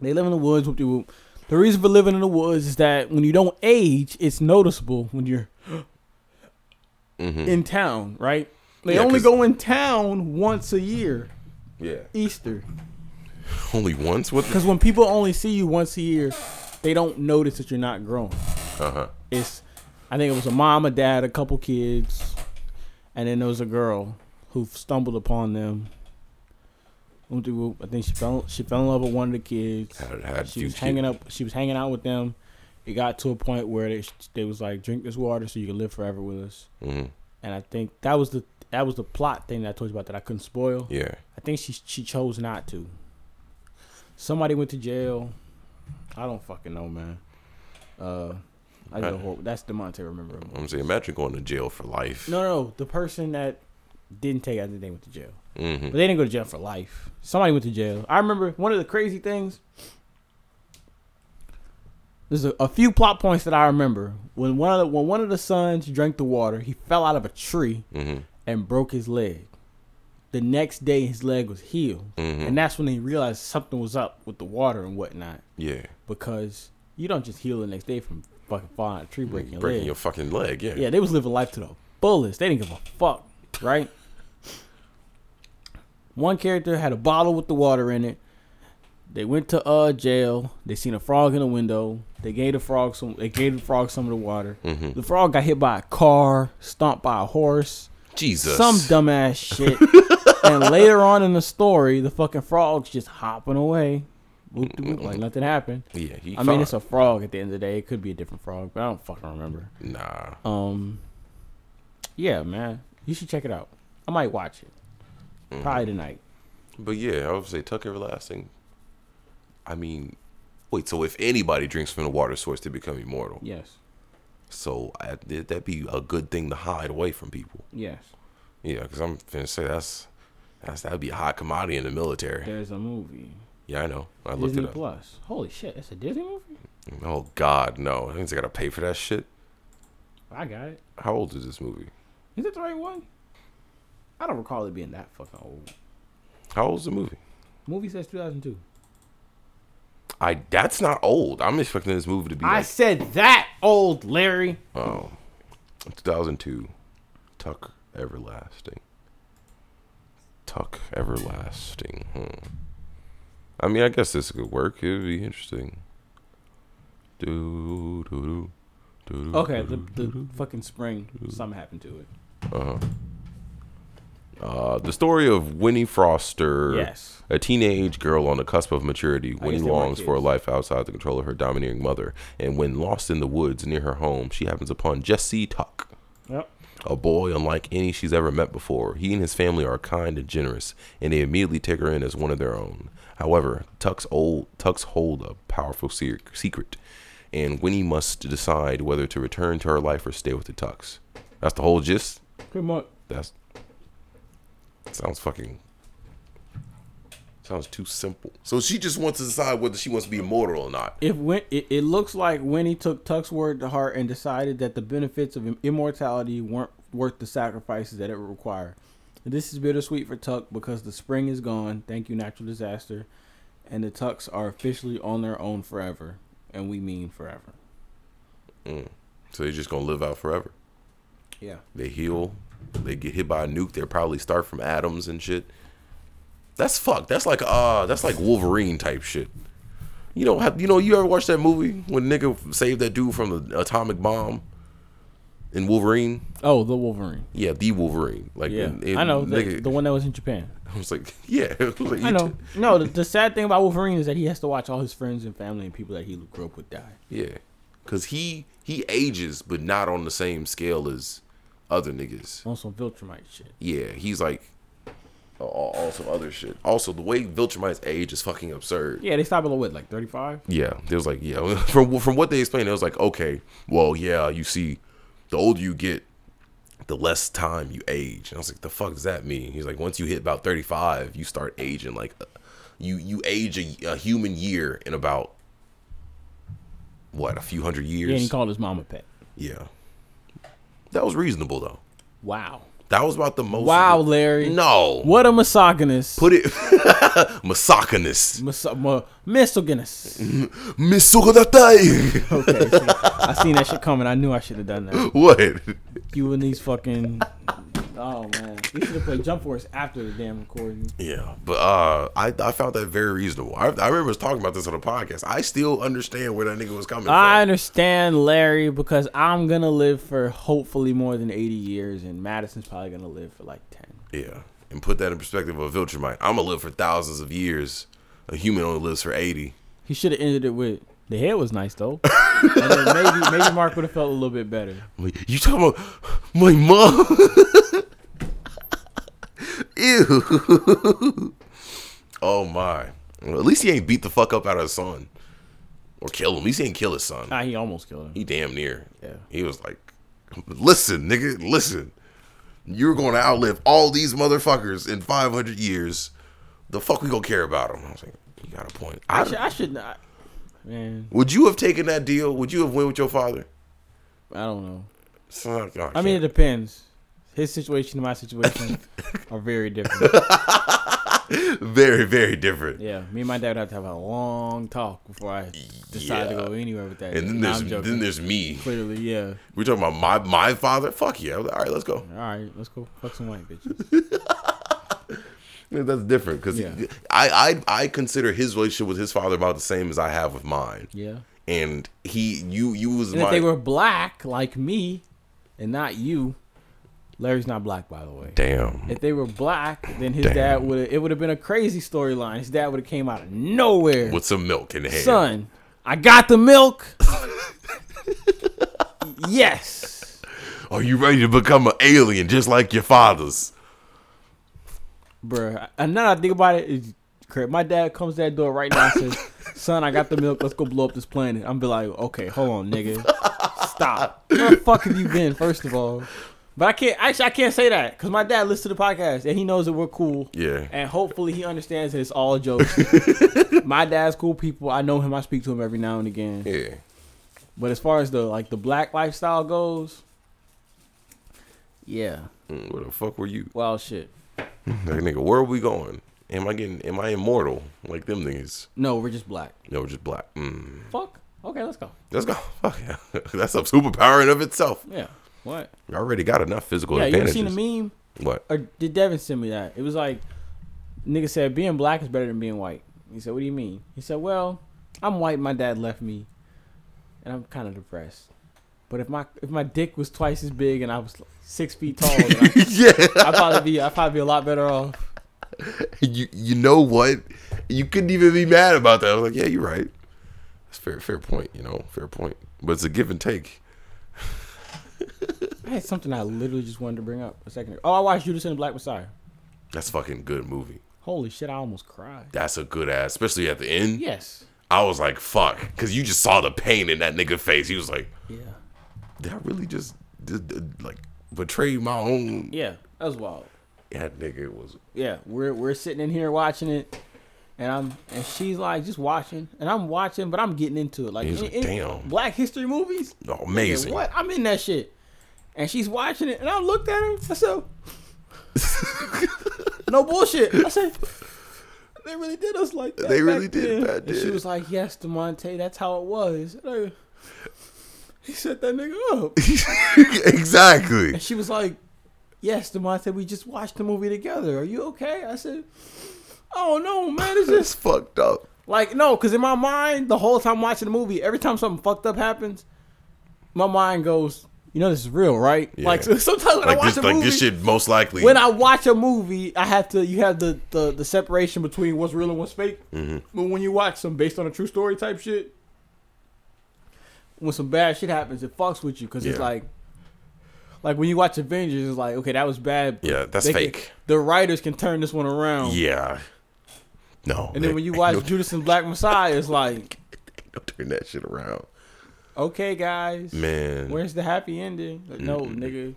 they live in the woods. Whoop de whoop. The reason for living in the woods is that when you don't age, it's noticeable when you're in town, right? They
Mm-hmm. Yeah,
only
'cause-
go in town once a year,
yeah,
Easter.
only once. What? The,
Because when people only see you once a year, they don't notice that you're not grown.
uh-huh.
It's, I think it was a mom, a dad, a couple kids, and then there was a girl who stumbled upon them. Whoop de whoop. I think she fell. She fell in love with one of the kids.
Had, had
she
you
was
kid-
hanging up. She was hanging out with them. It got to a point where they they was like, drink this water so you can live forever with us.
Mhm.
And I think that was the that was the plot thing that I told you about that I couldn't spoil.
Yeah.
I think she she chose not to. Somebody went to jail. I don't fucking know, man. Uh, I did a hor- that's Demonte. Remember him?
I'm saying, imagine going to jail for life.
No, no, no, the person that didn't take it, I think they went to jail.
hmm
But they didn't go to jail for life. Somebody went to jail. I remember one of the crazy things. There's a, a few plot points that I remember. When one of the, when one of the sons drank the water, he fell out of a tree
Mm-hmm.
and broke his leg. The next day, his leg was healed,
Mm-hmm.
and that's when he realized something was up with the water and whatnot.
Yeah.
Because you don't just heal the next day from fucking falling out of a tree breaking your
Breaking
leg.
your fucking leg. Yeah.
Yeah, they was living life to the fullest. They didn't give a fuck, right? One character had a bottle with the water in it. They went to uh jail. They seen a frog in the window. They gave the frog some. They gave the frog some of the water.
Mm-hmm.
The frog got hit by a car, stomped by a horse,
Jesus.
some dumbass shit. and later on in the story, the fucking frog's just hopping away, Boop, boop, boop, like nothing happened.
Yeah, he.
I mean, it's a frog at the end of the day. It could be a different frog, but I don't fucking remember.
nah.
Um, yeah, man, you should check it out. I might watch it
Mm-hmm.
probably tonight.
But yeah, I would say Tuck Everlasting. I mean, wait. So if anybody drinks from the water source, they become immortal.
Yes,
So I, th- that'd be a good thing to hide away from people.
yes.
Yeah, because I'm finna say that's that's that'd be a hot commodity in the military.
There's a movie
Yeah, I know. I looked
Disney
it up.
Plus. Holy shit, it's a Disney movie.
Oh God, no! That means I gotta pay for that shit.
I got it.
How old is this movie?
Is it the right one? I don't recall it being that fucking old.
How old's the movie?
Movie says 2002.
I that's not old. I'm expecting this movie to be
I
like
said that old Larry.
2002. Tuck Everlasting. Tuck Everlasting. Hmm. I mean, I guess this could work. It would be interesting. Do do do do.
Okay, the, the fucking spring.
Mm-hmm.
Something happened to it.
Uh, the story of Winnie Foster,
Yes.
a teenage girl on the cusp of maturity, Winnie
guess they weren't
longs for a
kids.
life outside the control of her domineering mother. And when lost in the woods near her home, she happens upon Jesse Tuck,
Yep.
a boy unlike any she's ever met before. He and his family are kind and generous, and they immediately take her in as one of their own. However, Tuck's old Tuck's hold a powerful se- secret, and Winnie must decide whether to return to her life or stay with the Tucks. That's the whole gist.
Pretty much.
That's sounds fucking sounds too simple. So she just wants to decide whether she wants to be immortal or not.
If Win- it, it looks like Winnie took Tuck's word to heart and decided that the benefits of im- immortality weren't worth the sacrifices that it would require. This is bittersweet for Tuck because the spring is gone. Thank you, natural disaster. And the Tucks are officially on their own forever. And we mean forever.
So they're just gonna live out forever.
Yeah.
They heal. They get hit by a nuke. They probably start from atoms and shit. That's fucked. That's like uh, that's like Wolverine type shit. You know, have, you know, you ever watch that movie when nigga saved that dude from the atomic bomb in Wolverine?
Oh, the Wolverine.
Yeah, the Wolverine. Like,
Yeah.
in- in-
I know. The,
nigga-
the one that was in Japan.
I was like, yeah, I, was like,
I
you
know.
t-
No, the, the sad thing about Wolverine is that he has to watch all his friends and family and people that he grew up with die.
Yeah, cause he he ages, but not on the same scale as other niggas.
On some Viltrumite shit.
Yeah, he's like all, all some other shit. Also, the way Viltrumite's age is fucking absurd.
Yeah, they stop at what, like 35?
Yeah, there was like yeah, from from what they explained, it was like okay, well yeah, you see, the older you get, the less time you age. And I was like, the fuck does that mean? He's like, once you hit about thirty five, you start aging like, uh, you you age a, a human year in about what a few hundred years.
Yeah, and he called his mom a pet.
Yeah. That was reasonable though.
Wow.
That was about the most.
Wow, Larry.
No.
What a misogynist. uh,
Put it. Misogynist.
Miso- mo- misogynist.
Misogodatai.
Okay, see, I seen that shit coming. I knew I should have done that.
what?
You and these fucking. Oh man, we should have played Jump Force after the damn recording.
Yeah, but uh, I I found that very reasonable. I, I remember us talking about this on the podcast. I still understand where that nigga was coming
I
from.
understand Larry because I'm gonna live for hopefully more than 80 years, and Madison's probably gonna live for like 10.
Yeah, and put that in perspective of Viltrumite. I'm gonna live for thousands of years. A human only lives for eighty.
He should have ended it with the hair was nice though. and then maybe maybe Mark would have felt a little bit better.
I'm like, you talking about my mom? Ew. oh my. Well, at least he ain't beat the fuck up out of his son. Or kill him. At least he ain't kill his son.
Ah, he almost killed him.
He damn near.
Yeah.
He was like, listen, nigga, listen. You're going to outlive all these motherfuckers in 500 years. The fuck we gonna care about them? I was like, you got a point. I
I should, I should not. Man,
would you have taken that deal? Would you have went with your father?
I don't know.
Son,
I mean, it depends. His situation and my situation are very different.
very, very different.
Yeah, me and my dad would have to have a long talk before I decide
Yeah.
to go anywhere with that.
And then
Nah,
there's
I'm joking.
then there's me.
clearly, yeah.
We're talking about my my father. Fuck yeah! All right, let's go.
All right, let's go fuck some white bitches.
Yeah, that's different because
Yeah.
I, I I consider his relationship with his father about the same as I have with mine.
Yeah.
And he, you, you was
And
my.
if they were black like me, and not you, Larry's not black, by the way.
damn.
If they were black, then his
Damn.
dad would it would have been a crazy storyline. His dad would have came out of nowhere.
with some milk in the hand.
Son, I got the milk. yes.
Are you ready to become an alien just like your fathers?
Bruh. And now that I think about it, it's crap. My dad comes to that door right now and says, Son, I got the milk. Let's go blow up this planet. I'm be like, okay, hold on, nigga. Stop. Where the fuck have you been, first of all? But I can't actually I can't say that because my dad listens to the podcast and he knows that we're cool.
Yeah.
And hopefully he understands that it's all jokes. my dad's cool people. I know him. I speak to him every now and again.
Yeah.
But as far as the like the black lifestyle goes, yeah,
Mm, Where the fuck were you?
wild shit.
Like, nigga, where are we going? Am I getting? Am I immortal like them niggas?
No, we're just black.
No, we're just black. Mm.
Fuck. Okay, let's go.
Let's go. Fuck yeah. That's a superpower in of itself.
Yeah. What?
You already got enough physical
yeah, you ever
advantages.
seen a meme?
What?
Or did Devin send me that? It was like, nigga said being black is better than being white. He said, what do you mean? He said, well, I'm white. My dad left me, and I'm kind of depressed. But if my if my dick was twice as big and I was six feet tall, then I,
yeah.
I'd probably be I'd probably be a lot better off.
You you know what? You couldn't even be mad about that. I was like, yeah, you're right. That's fair fair point. You know, fair point. But it's a give and take.
I had something I literally just wanted to bring up a second ago. Oh, I watched Judas and the Black Messiah.
That's a fucking good movie.
Holy shit, I almost cried.
That's a good ass, especially at the end.
Yes.
I was like, fuck, because you just saw the pain in that nigga face. He was like,
Yeah.
did I really just did, did, like betray my own?
Yeah, that was wild.
That nigga was
Yeah, we're we're sitting in here watching it, and I'm and she's like just watching, and I'm watching, but I'm getting into it. Like,
He's like, damn.
Black History movies. Yeah,
amazing.
what? I'm in that shit. And she's watching it, and I looked at her. I said, "No bullshit." I said, "They really did us like that."
They
back
really did
then."
that,
And she
dude.
was like, "Yes, Demonte, that's how it was." And I- he set that nigga up,
exactly.
and she was like, "Yes, Demonte, we just watched the movie together. Are you okay?" I said, "Oh no, man, it's
It's
just
fucked up.
like no, because in my mind, the whole time watching the movie, every time something fucked up happens, my mind goes." You know this is real, right?
Yeah.
Like so sometimes when I
Like
watch
this,
a
like
movie,
this shit most likely.
when I watch a movie, I have to. You have the the, the separation between what's real and what's fake.
Mm-hmm.
But when you watch some based on a true story type shit, when some bad shit happens, it fucks with you because it's
Yeah.
like, like when you watch Avengers, it's like, okay, that was bad. but
Yeah, that's
they can-
fake.
the writers can turn this one around.
yeah. No.
And then
they-
when you
they
watch
don't-
Judas and Black Messiah, it's like,
they don't turn that shit around,
okay, guys,
man.
where's the happy ending? Like, no, nigga.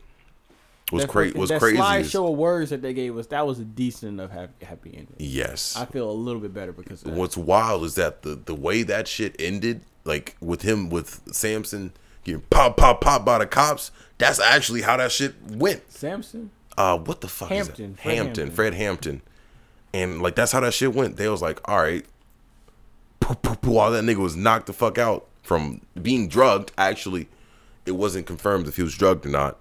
was
that
crazy.
fucking-
Was
that
crazy. is-
slideshow of words that they gave us, that was a decent enough happy, happy ending.
Yes.
I feel a little bit better because of that.
What's wild is that the the way that shit ended, like with him with Samson getting pop pop pop by the cops. That's actually how that shit went.
Samson?
Uh, what the fuck
Hampton,
is that?
Fred
Hampton,
Hampton.
Fred Hampton, and like that's how that shit went. They was like, all right, poo, poo, poo, all that nigga was knocked the fuck out from being drugged. Actually, it wasn't confirmed if he was drugged or not.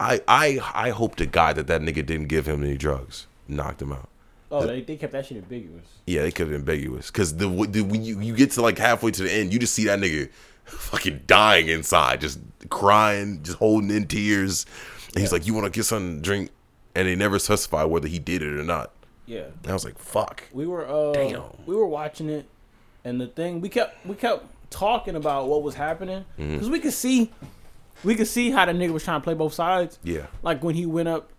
I I I hope to God that that nigga didn't give him any drugs, knocked him out.
Oh, they, they kept that shit ambiguous.
Yeah, they could have ambiguous because the, the when you, you get to like halfway to the end, you just see that nigga fucking dying inside, just crying, just holding in tears. And he's like, "You want to get something to drink?" And they never specify whether he did it or not.
Yeah,
And I was like, "Fuck."
we were uh,
Damn.
we were watching it, and the thing we kept we kept talking about what was happening
Mm-hmm.
because we could see we could see how the nigga was trying to play both sides.
Yeah,
Like when he went up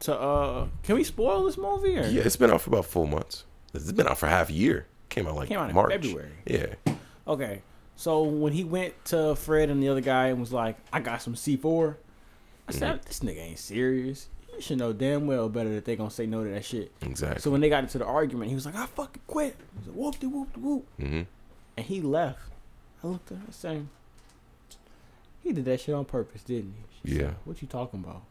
to uh, can we spoil this movie? Or?
yeah. It's been out for about four months. It's been out for half a year. Came out like
Came out in
March.
February.
Yeah,
Okay, so when he went to Fred and the other guy and was like, "I got some C 4 I said,
Mm-hmm.
"This nigga ain't serious." You should know damn well better that they gonna say no to that shit.
exactly.
So when they got into the argument, he was like, "I fucking quit." He was like, "Whoop de whoop de whoop,"
Mm-hmm.
and he left. I looked at her saying, "He did that shit on purpose, didn't he?" She
Yeah.
Said, what you talking about?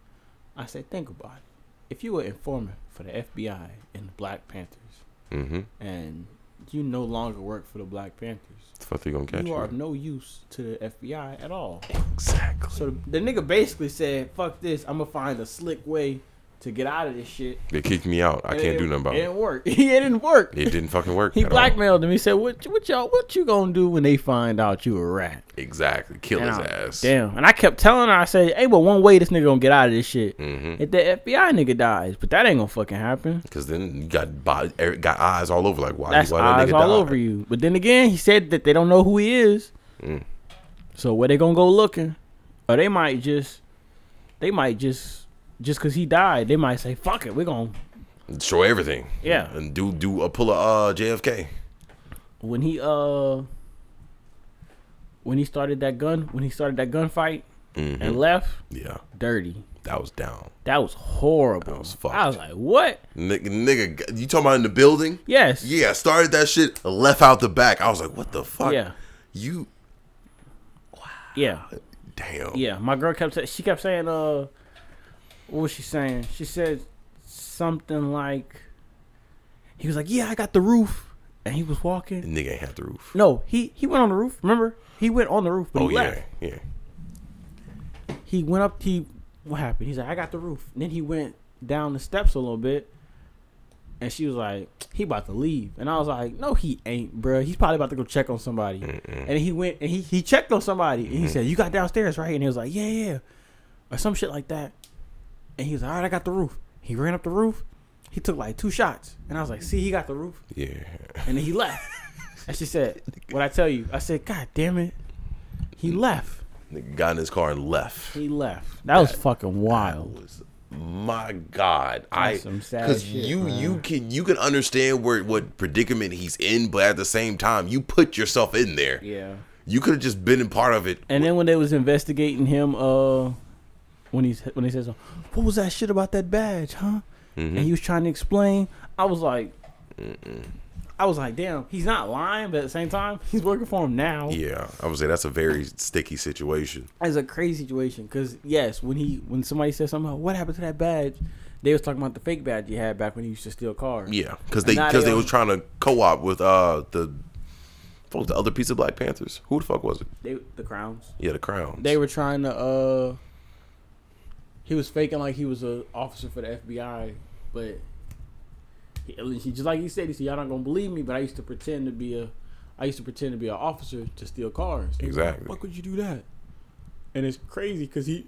I said, "Think about it. If you were informant for the FBI and the Black Panthers,
mm-hmm.
and you no longer work for the Black Panthers,
That's what they gonna catch
you
you.
are of no use to the FBI at all."
Exactly.
So the, the nigga basically said, "Fuck this. I'm gonna find a slick way to get out of this shit.
They kicked me out. I
And
can't
it-
do nothing about
It
it.
didn't work. it didn't work.
It didn't fucking work.
He
at all.
blackmailed him. He said, "What, what y'all, what you gonna do when they find out you a rat?"
Exactly. Kill
And
his
I-
ass.
Damn. And I kept telling her, I said, "Hey, but one way this nigga gonna get out of this shit.
Mm-hmm.
If the FBI nigga dies, but that ain't gonna fucking happen.
Because then you got bo- er, got eyes all over. Like why?
That's
why
eyes all
die?
over you." But then again, he said that they don't know who he is.
Mm.
So where they gonna go looking? Or they might just, they might just, just cause he died, they might say, "Fuck it, we gonna."
Destroy everything.
Yeah.
And do do a pull of uh, JFK.
when he uh when he started that gun when he started that gunfight
Mm-hmm.
and left
Yeah.
dirty
That was down.
that was horrible
That was fucked.
i was like what
Nigga, nigga, you talking about in the building?
yes
Yeah, started that shit, left out the back. I was like, what the fuck?
yeah
You,
yeah
damn.
yeah my girl kept sa- she kept saying uh what was she saying she said something like he was like yeah i got the roof and he was walking
Nigga ain't had the roof.
no he he went on the roof remember he went on the roof but
Oh,
he
yeah.
left
Yeah.
he went up he what happened he's like i got the roof and then he went down the steps a little bit and she was like he about to leave and i was like no he ain't bruh. he's probably about to go check on somebody and he went and he, he checked on somebody and he said you got downstairs right and he was like yeah yeah or some shit like that and he was like all right i got the roof he ran up the roof he took like two shots and i was like see he got the roof
Yeah.
and then he left and she said what i tell you i said god damn it he left
Nigga got in his car and left.
he left that was fucking wild
was- my God, I
That's some sad
because
shit,
you you can you can understand where what predicament he's in, but at the same time, you put yourself in there.
Yeah.
You could have just been a part of it.
And then when they was investigating him, uh, when he's when he says, "What was that shit about that badge, huh?"
Mm-hmm.
And he was trying to explain. I was like, I was like, damn, he's not lying, but at the same time, he's working for him now.
Yeah, I would say that's a very sticky situation.
That's a crazy situation. Cause yes, when he when somebody says something, about, what happened to that badge? They was talking about the fake badge he had back when he used to steal cars.
Yeah, because they
Now they
because they
all-
was trying to co-op with uh the what was the other piece of Black Panthers? Who the fuck was it?
They the crowns.
Yeah, the Crowns.
They were trying to uh he was faking like he was a officer for the FBI, but he, at least he just like he said, he said, Y'all not gonna believe me, but I used to pretend to be a I used to pretend to be an officer to steal cars. They was like,
Exactly.
Why could you do that? And it's crazy because he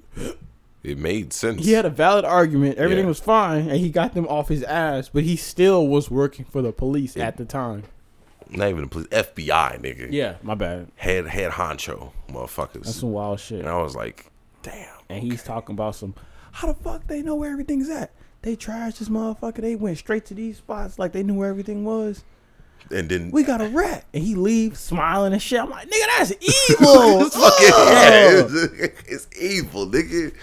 It made sense.
he had a valid argument, everything
Yeah.
was fine, and he got them off his ass, but he still was working for the police at the time.
not even the police, FBI nigga.
Yeah, my bad.
head head honcho motherfuckers.
That's some wild shit.
and I was like, damn.
and he's talking about some how the fuck they know where everything's at. They trashed this motherfucker. They went straight to these spots like they knew where everything was.
And then
We got a rat, and he leaves smiling and shit. I'm like, nigga, that's evil.
It's fucking
Ugh.
yeah, it's, it's evil, nigga.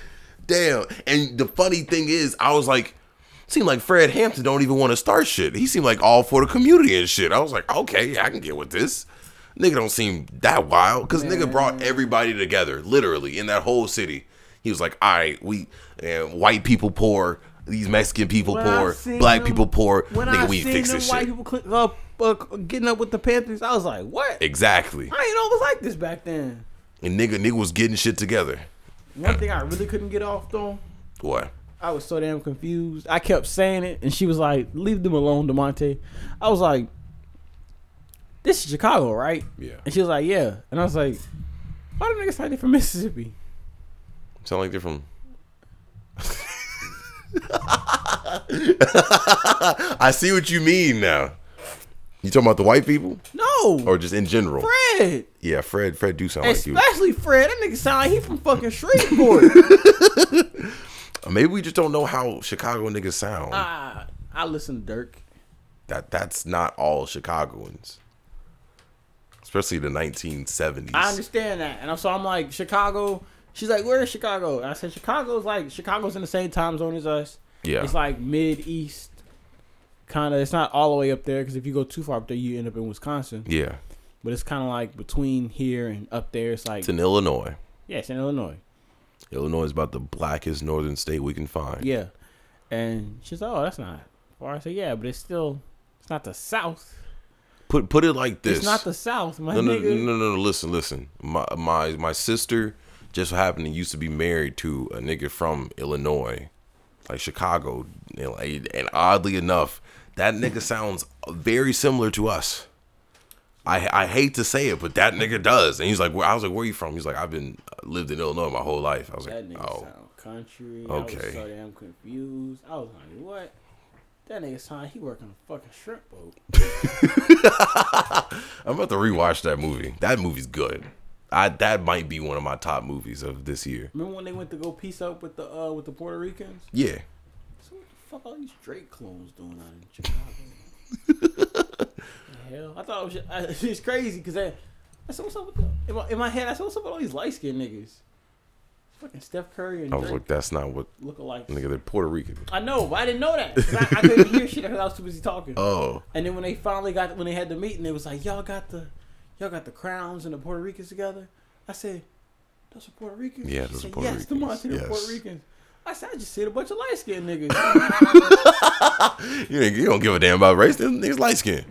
Damn. And the funny thing is, I was like, seemed like Fred Hampton don't even want to start shit. He seemed like all for the community and shit. I was like, okay, I can get with this. Nigga don't seem that wild because nigga brought everybody together, literally in that whole city. He was like, all right, we eh, white people poor, these Mexican people
When I
poor,
seen
black
them-
people poor.
When
Nigga,
I
we
seen
fix
them
this
white
shit.
people click up, uh, getting up with the Panthers, I was like, what?
Exactly.
I ain't always like this back then.
And nigga, nigga was getting shit together.
One thing I really couldn't get off though.
What?
I was so damn confused. I kept saying it, and she was like, "Leave them alone, Demonte." I was like, "This is Chicago, right?"
Yeah.
And she was like, "Yeah," and I was like, "Why do niggas like they from Mississippi?"
Sound like they're from. I see what you mean now. You talking about the white people
No,
or just in general?
Fred,
Yeah, Fred. Fred do sound like Oh. you.
especially Fred. That nigga sound like he from fucking Shreveport.
Maybe we just don't know how Chicago niggas sound.
Ah, I listen to Dirk.
that that's not all Chicagoans, especially the 1970s.
I understand that, and I'm- so I'm like Chicago. She's like, "Where is Chicago?" And I said, "Chicago's like Chicago's in the same time zone as us."
Yeah.
It's like mid east, kind of. It's not all the way up there because if you go too far up there, you end up in Wisconsin.
yeah,
But it's kind of like between here and up there. It's like
it's in Illinois.
yeah, it's in Illinois.
Illinois is about the blackest northern state we can find.
Yeah, and she's like, "Oh, that's not far." I said, "Yeah, but it's still it's not the South.
Put put it like this.
It's not the South, my
No, no,
nigga."
no, no, no, no. Listen, listen. My my my sister just so happened to used to be married to a nigga from Illinois, like Chicago, and, like, and oddly enough, that nigga sounds very similar to us. I I hate to say it, but that nigga does. And he's like, where, I was like, where you from? He's like, I've been uh, lived in Illinois my whole life. I was like,
That nigga
oh,
sound country. I
Okay.
was so damn confused. I was like, what? That nigga sound he working a fucking shrimp boat.
I'm about to rewatch that movie. That movie's good. I that might be one of my top movies of this year.
Remember when they went to go peace up with the uh with the Puerto Ricans?
Yeah,
So what the fuck all these Drake clones doing out in Chicago? the hell, I thought it was just, I, it's crazy because I, I said what's up with the, in, my, in my head I said what's up with all these light skinned niggas. Fucking Steph Curry and
I was
Drake
like, that's not what
look alike.
nigga. They're Puerto Rican.
I know, but I didn't know that. 'cause I, I couldn't hear shit because I was too busy talking.
Oh,
And then when they finally got when they had the meeting, it was like y'all got the y'all got the crowns and the Puerto Ricans together. I said, "Those are Puerto Ricans."
Yeah,
She
those are
said,
Puerto
yes, the
Ricans.
Montana
Yes.
Puerto Ricans. I said, I just said a bunch of light skinned niggas.
you, ain't- you don't give a damn about race. Them niggas light skin.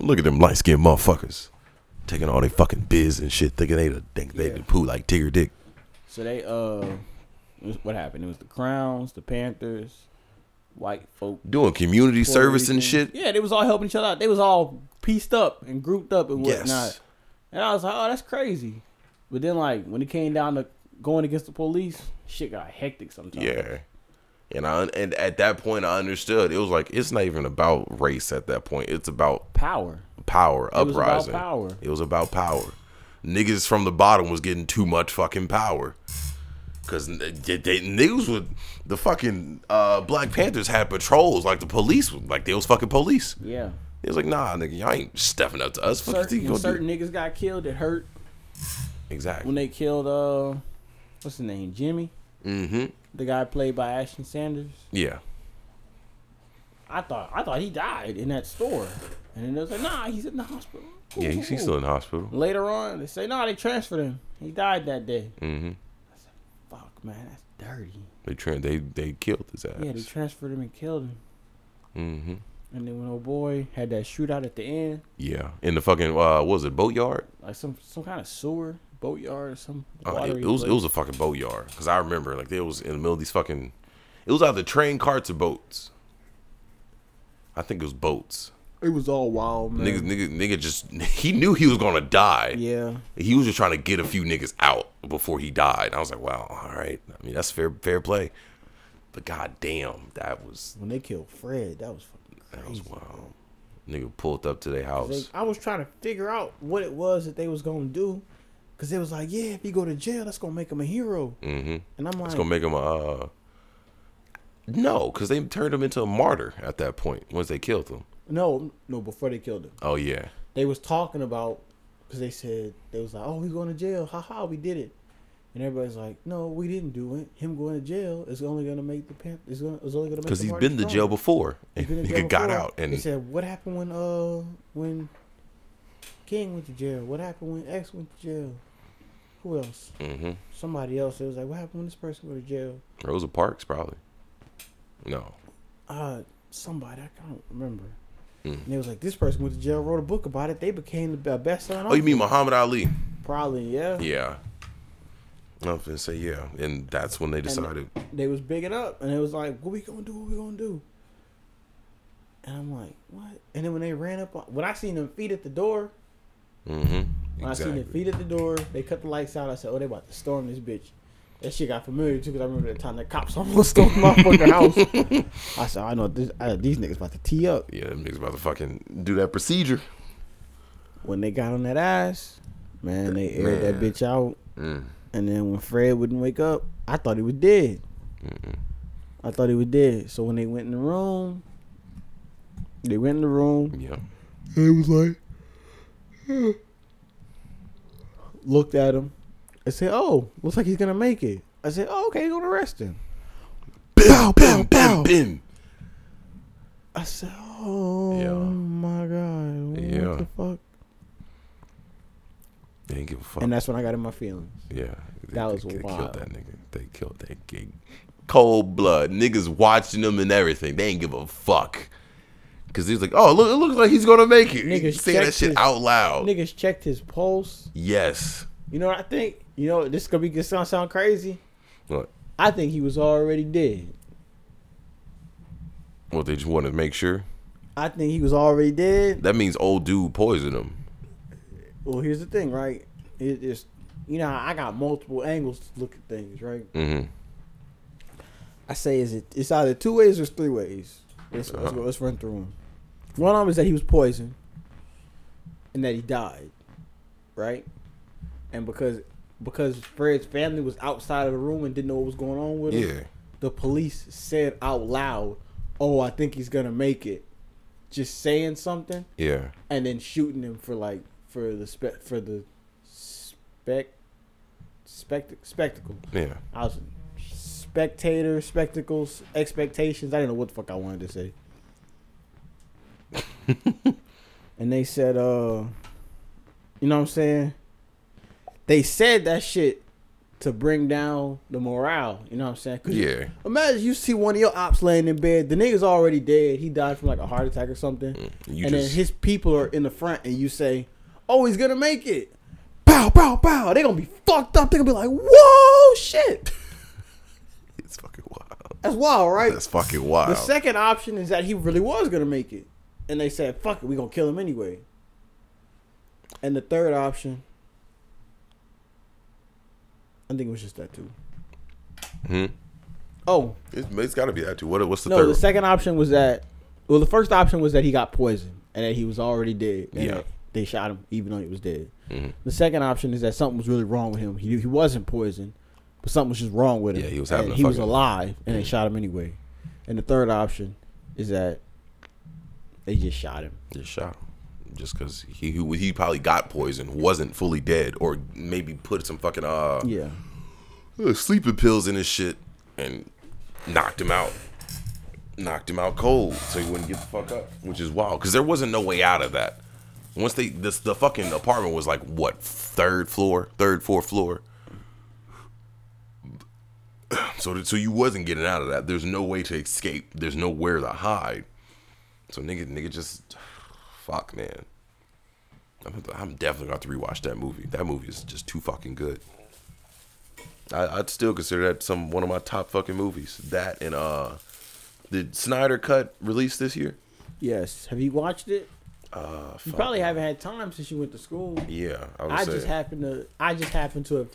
Look at them light skinned motherfuckers taking all they fucking biz and shit, thinking they the think they the poo like Tigger Dick.
so they uh, it was- what happened? It was the crowns, the Panthers, white folk,
Doing community
Puerto
service and
Ricans.
shit.
Yeah, they was all helping each other out. They was all pieced up and grouped up and
Yes.
whatnot. And I was like, oh, that's crazy. But then like when it came down to going against the police, shit got hectic sometimes.
Yeah. And I and at that point I understood. It was like it's not even about race at that point. It's about
Power.
power
was about
uprising.
power.
It was about power. Niggas from the bottom was getting too much fucking power. Cause n- they, they, niggas would the fucking uh, Black Panthers had patrols like the police would- like they was fucking police.
Yeah.
It was like nah nigga y'all ain't stepping up to us. Fuck you think
certain,
you
when
gonna do?
certain niggas got killed, it hurt. When
Exactly.
they killed uh, what's his name, Jimmy,
Mm-hmm.
the guy played by Ashton Sanders.
Yeah.
I thought I thought he died in that store, and then they was like, nah, he's in the hospital.
Yeah, he's, he's still in the hospital.
Later on, they say, nah, they transferred him. He died that day.
Mm-hmm.
Fuck, man, that's dirty.
They tra- they they killed his ass.
Yeah, they transferred him and killed him.
mm-hmm.
And then when old boy had that shootout at the end,
Yeah, in the fucking uh, what was it boatyard?
like some some kind of sewer, boatyard, or some
Uh, it,
watery
it was it
place.
was a fucking boatyard because I remember like they was in the middle of these fucking, it was either train carts or boats. I think it was boats.
it was all wild, man.
Niggas, nigga, nigga, just he knew he was gonna die.
Yeah.
he was just trying to get a few niggas out before he died. I was like, wow, all right. I mean, that's fair, fair play. But goddamn, that was
When they killed Fred, that was fucking
that
crazy.
was wild. Nigga pulled up to their house.
They- I was trying to figure out what it was that they was gonna do, cause it was like, yeah, if he go to jail, that's gonna make him a hero.
Mm-hmm.
And I'm like,
It's gonna make him a. Uh, no, because they turned him into a martyr at that point once they killed him.
no, no. Before they killed him,
Oh yeah,
they was talking about, cause they said they was like, oh, he's going to jail. Ha ha, we did it. And everybody's like, no, we didn't do it. Him going to jail is only gonna make the pimp. Is gonna is only gonna make.
because
the
he's
party
been to
stronger.
jail before and
He's been to
nigga
jail
got
before.
out
they
and
said, what happened when uh when King went to jail? What happened when X went to jail? Who else?
hmm
somebody else. It was like, what happened when this person went to jail?
Rosa Parks probably. No,
Uh, somebody I can't remember.
Hmm.
And it was like this person went to jail, wrote a book about it. They became the be- best-selling.
oh you mean
author.
Muhammad Ali?
probably yeah.
Yeah, I was gonna say yeah, and that's when they decided.
They was big it up, and it was like, what we gonna do? What we gonna do? And I'm like, what? And then when they ran up, on, when I seen them feet at the door,
Mm-hmm.
when I seen their feet at the door, they cut the lights out. I said, oh, they about to storm this bitch. That shit got familiar too, cause I remember the time the cops almost stormed my fucking house. I said, I know this, I, these niggas about to tee up.
Yeah, them niggas about to fucking do that procedure.
when they got on that ass, man, they aired that
Man.
bitch out.
Mm.
And then when Fred wouldn't wake up, I thought he was dead. I thought he was dead. So when they went in the room, they went in the room.
Yeah,
It was like, looked at him. I said, "Oh, looks like he's gonna make it." I said, "Oh, okay, gonna arrest him."
bow, bow,
bow.
bim.
I said, "Oh
Yeah.
my god, what
Yeah. Oh.
the fuck?"
They didn't give a fuck.
And that's when I got in my feelings.
Yeah, they,
That was
they, they
wild.
killed that nigga. They killed that gig. Cold blood, niggas watching them and everything. They ain't give a fuck. Cause he's like, oh, look, it looks like he's gonna make it.
Niggas
Niggas saying that
checked
shit
his-
out loud.
Niggas checked his pulse.
Yes.
You know what I think? You know this is gonna be gonna sound, sound crazy.
What?
I think he was already dead.
Well, they just wanted to make sure.
I think he was already dead.
That means old dude poisoned him.
Well, here's the thing, right? It is, you know, I got multiple angles to look at things, right?
Mm-hmm.
I say, is it? It's either two ways or it's three ways. Let's, let's, go, let's run through them. One of them is that he was poisoned, and that he died, right? And because because Fred's family was outside of the room and didn't know what was going on with him,
Yeah.
the police said out loud, "Oh, I think he's gonna make it," just saying something,
Yeah.
and then shooting him for like for the spec for the spec spect spectacle.
Yeah.
I was spectator, spectacles, expectations. I didn't know what the fuck I wanted to say. and they said, uh, you know what I'm saying? They said that shit to bring down the morale. You know what I'm saying? 'Cause
Yeah.
Imagine you see one of your ops laying in bed. The nigga's already dead. He died from like a heart attack or something.
Mm. you
and then
just-
his people are in the front, and you say, "Oh, he's gonna make it." Pow, pow, pow. They gonna be fucked up. They gonna be like, "Whoa, shit."
It's fucking wild.
That's wild, right?
That's fucking wild.
The second option is that he really was gonna make it, and they said, "Fuck it, we gonna kill him anyway." And the third option, I think it was just that too.
hmm
Oh
It's, it's got to be that too. What, what's the
no,
third?
the second option was that. Well, the first option was that he got poisoned and that he was already dead. and
Yeah. Mm-hmm.
that they shot him even though he was dead. The second option is that something was really wrong with him. He he wasn't poisoned, but something was just wrong with him.
Yeah, he was having
and
a
he was
fucking-
alive, and they shot him anyway. And the third option is that they just shot him.
Just shot him. Just because he, he he probably got poisoned, wasn't fully dead, or maybe put some fucking uh
Yeah.
uh, sleeping pills in his shit and knocked him out. Knocked him out cold so he wouldn't get the fuck up, which is wild because there wasn't no way out of that. Once they this the fucking apartment was like what third floor, third fourth floor. So th- so you wasn't getting out of that. There's no way to escape. There's nowhere to hide. So nigga nigga just fuck man. I'm, I'm definitely gonna have to rewatch that movie. That movie is just too fucking good. I, I'd still consider that some one of my top fucking movies. That and uh, the Snyder cut released this year.
Yes. Have you watched it?
Uh,
You
fuck.
probably haven't had time since you went to school.
Yeah, I, would
I
say.
just happened to I just happened to have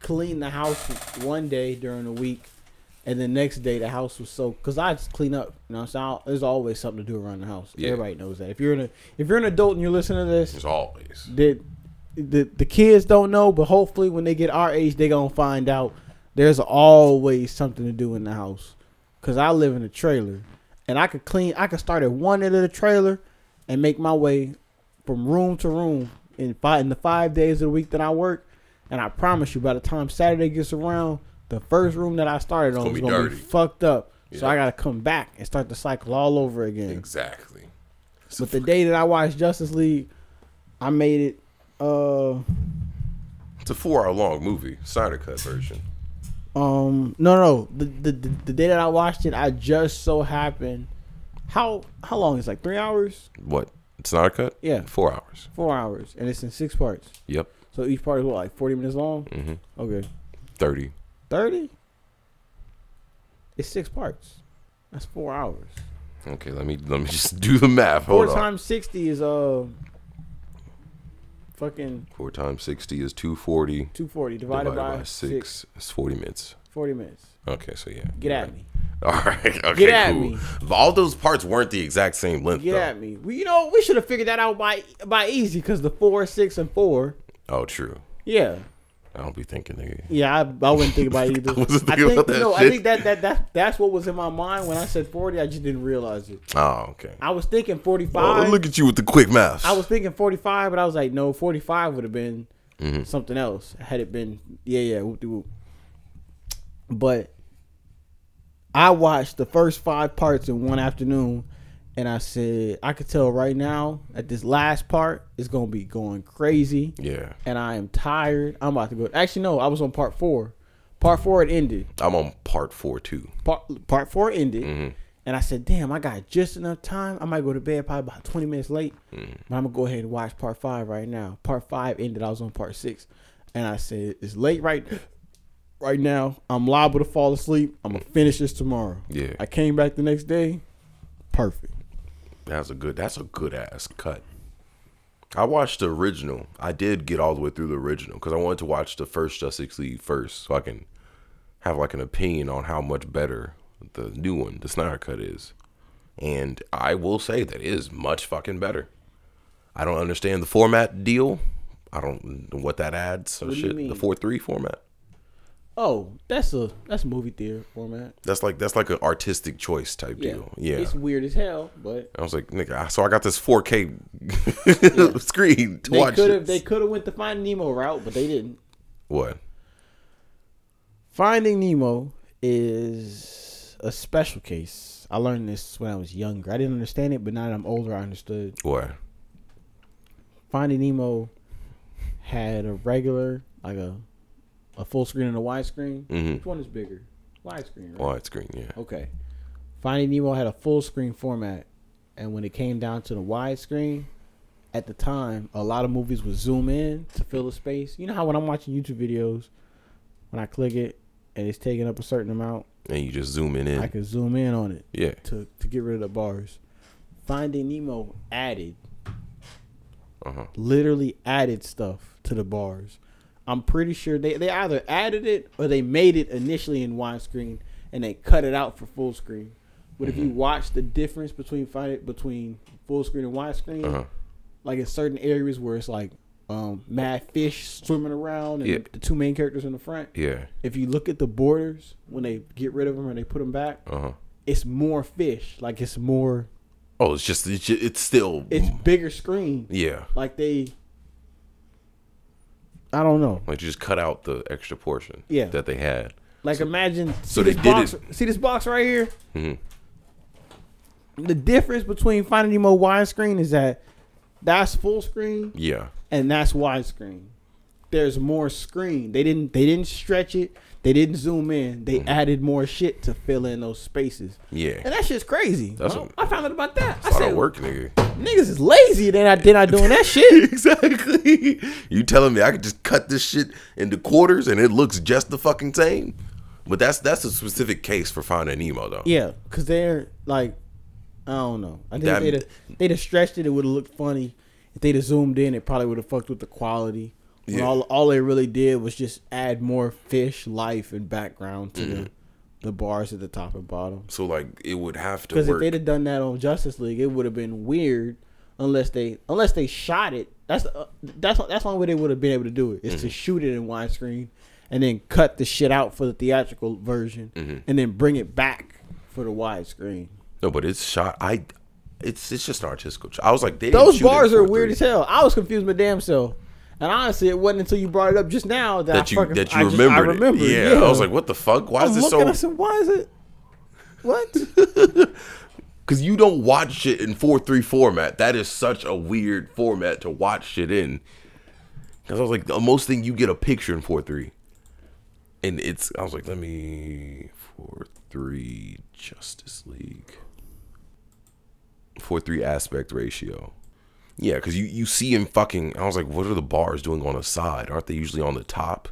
cleaned the house one day during the week, and the next day the house was so because I just clean up. You know, so I'll, there's always something to do around the house.
Yeah.
Everybody knows that. If you're an if you're an adult and you're listening to this,
As always.
that the the kids don't know, but hopefully when they get our age, they gonna find out. There's always something to do in the house, cause I live in a trailer, and I could clean. I could start at one end of the trailer, and make my way from room to room in five in the five days of the week that I work. And I promise you, by the time Saturday gets around, the first room that I started on
gonna
is
be
gonna
dirty.
be fucked up. So
Yeah.
I gotta come back and start the cycle all over again.
Exactly.
But the day that I watched Justice League, I made it. Uh,
It's a four-hour-long movie, Snyder cut version.
Um, no, no. The, the the the day that I watched it, I just so happened. How how long is it? like three hours,
What? Snyder cut?
Yeah.
Four hours.
four hours, and it's in six parts.
Yep.
So each part is what like forty minutes long.
Mhm.
Okay,
Thirty.
thirty. It's six parts. That's four hours.
Okay, let me let me just do the math.
Four
Hold on.
times sixty is uh. Fucking
Four times sixty is two forty.
two forty divided,
Divided
by,
by,
six.
six. It's forty minutes.
Forty minutes.
Okay, so yeah.
Get
you're
at
right.
me.
All right. Okay.
Get at
cool.
me.
But all those parts weren't the exact same length.
Get
though.
at me. We you know we should have figured that out by by easy because the four, six, and four.
Oh, true.
Yeah.
I don't be thinking, nigga.
Yeah, I, I wouldn't think about it either. I,
wasn't thinking
think
about that
no, I
shit.
think that, that that that's what was in my mind when I said forty. I just didn't realize it.
Oh, okay.
I was thinking forty
Oh,
five.
look at you with the quick math.
I was thinking forty five, but I was like, no, forty five would have been something else had it been. Yeah, yeah, whoop de whoop. But I watched the first five parts in one afternoon, and I said I could tell right now that this last part is gonna be going crazy
Yeah,
and I am tired. I'm about to go. Actually, no, I was on part four. Part four it ended.
I'm on part four too.
Part part four ended,
Mm-hmm.
and I said, "Damn, I got just enough time. I might go to bed probably about 20 minutes late,
Mm-hmm.
but I'm gonna go ahead and watch part five right now." Part five ended. I was on part six, and I said, "It's late right." Right now, I'm liable to fall asleep. I'm gonna finish this tomorrow.
Yeah.
I came back the next day. perfect.
That's a good. That's a good ass cut. I watched the original. I did get all the way through the original because I wanted to watch the first Justice League first, so I can have like an opinion on how much better the new one, the Snyder Cut, is. And I will say that it is much fucking better. I don't understand the format deal. I don't know what that adds or
What do you
shit. The
mean?
four three format.
Oh, that's a that's a movie theater format.
That's like that's like an artistic choice type deal. Yeah.
it's weird as hell, but
I was like, nigga, I- so I got this 4K screen to
they
watch.
could have
This.
they could have went the Finding Nemo route, but they didn't.
what?
Finding Nemo is a special case. I learned this when I was younger. I didn't understand it, but now that I'm older, I understood.
What?
Finding Nemo had a regular, like a a full screen and a widescreen.
Mhm.
Which one is bigger? Widescreen, right?
Wide screen, yeah.
Okay. Finding Nemo had a full screen format, and when it came down to the widescreen, at the time, a lot of movies would zoom in to fill the space. You know how when I'm watching YouTube videos, when I click it and it's taking up a certain amount,
And you just zooming
I
in.
can zoom in on it
Yeah.
to, to get rid of the bars. Finding Nemo added,
Uh-huh.
literally added stuff to the bars. I'm pretty sure they, they either added it or they made it initially in widescreen and they cut it out for full screen. But if
Mm-hmm.
you watch the difference between find, between full screen and widescreen,
Uh-huh.
like in certain areas where it's like um, mad fish swimming around and
Yeah.
the two main characters in the front,
Yeah.
if you look at the borders when they get rid of them or they put them back,
Uh huh.
it's more fish. Like it's more,
Oh, it's just, it's, ju- it's still.
it's bigger screen.
yeah.
Like they, I don't know.
Like you just cut out the extra portion
Yeah.
that they had.
Like imagine.
so
see
they
this
did
box, See this box right here.
Mhm. Mm-hmm.
The difference between Finding Nemo widescreen is that that's full screen
Yeah.
and that's widescreen. There's more screen. They didn't. They didn't stretch it. They didn't zoom in. They added more shit to fill in those spaces.
Mm-hmm. Yeah.
And that shit's crazy.
That's
Huh?
a-
I found out about that. I
A lot
said,
of work, nigga.
niggas is lazy than I than I doing that shit.
exactly. You telling me I could just cut this shit into quarters and it looks just the fucking same? But that's that's a specific case for finding Nemo though.
Yeah, cause they're like, I don't know. I think
That-
they'd have, they'd have stretched it. It would have looked funny. If they'd have zoomed in, it probably would have fucked with the quality. When
Yeah.
All all they really did was just add more fish life and background to
Mm-hmm.
the, the bars at the top and bottom.
So like it would have to
Because if
work.
they'd have done that on Justice League, it would have been weird. Unless they unless they shot it, that's uh, that's that's the only way they would have been able to do it is
Mm-hmm.
to shoot it in widescreen and then cut the shit out for the theatrical version
Mm-hmm.
and then bring it back for the widescreen.
No, but it's shot. I. It's it's just an artistic. cho- I was like, they didn't
Those
shoot it
bars
for
are weird
three.
as hell. I was confused my damn self. And honestly, it wasn't until you brought it up just now that,
That
I
you
fucking,
that you
I just- I
remembered. it.
remembered.
Yeah, I was like, what the fuck? Why
I
is
was
this
looking. I
so?
said, why is it? What?
Because you don't watch shit in four three format. That is such a weird format to watch shit in. Because I was like, the most thing you get a picture in four three, and it's. I was like, let me four three Justice League. Four three aspect ratio. Yeah, because you you see him fucking. I was like, what are the bars doing on the side? Aren't they usually on the top?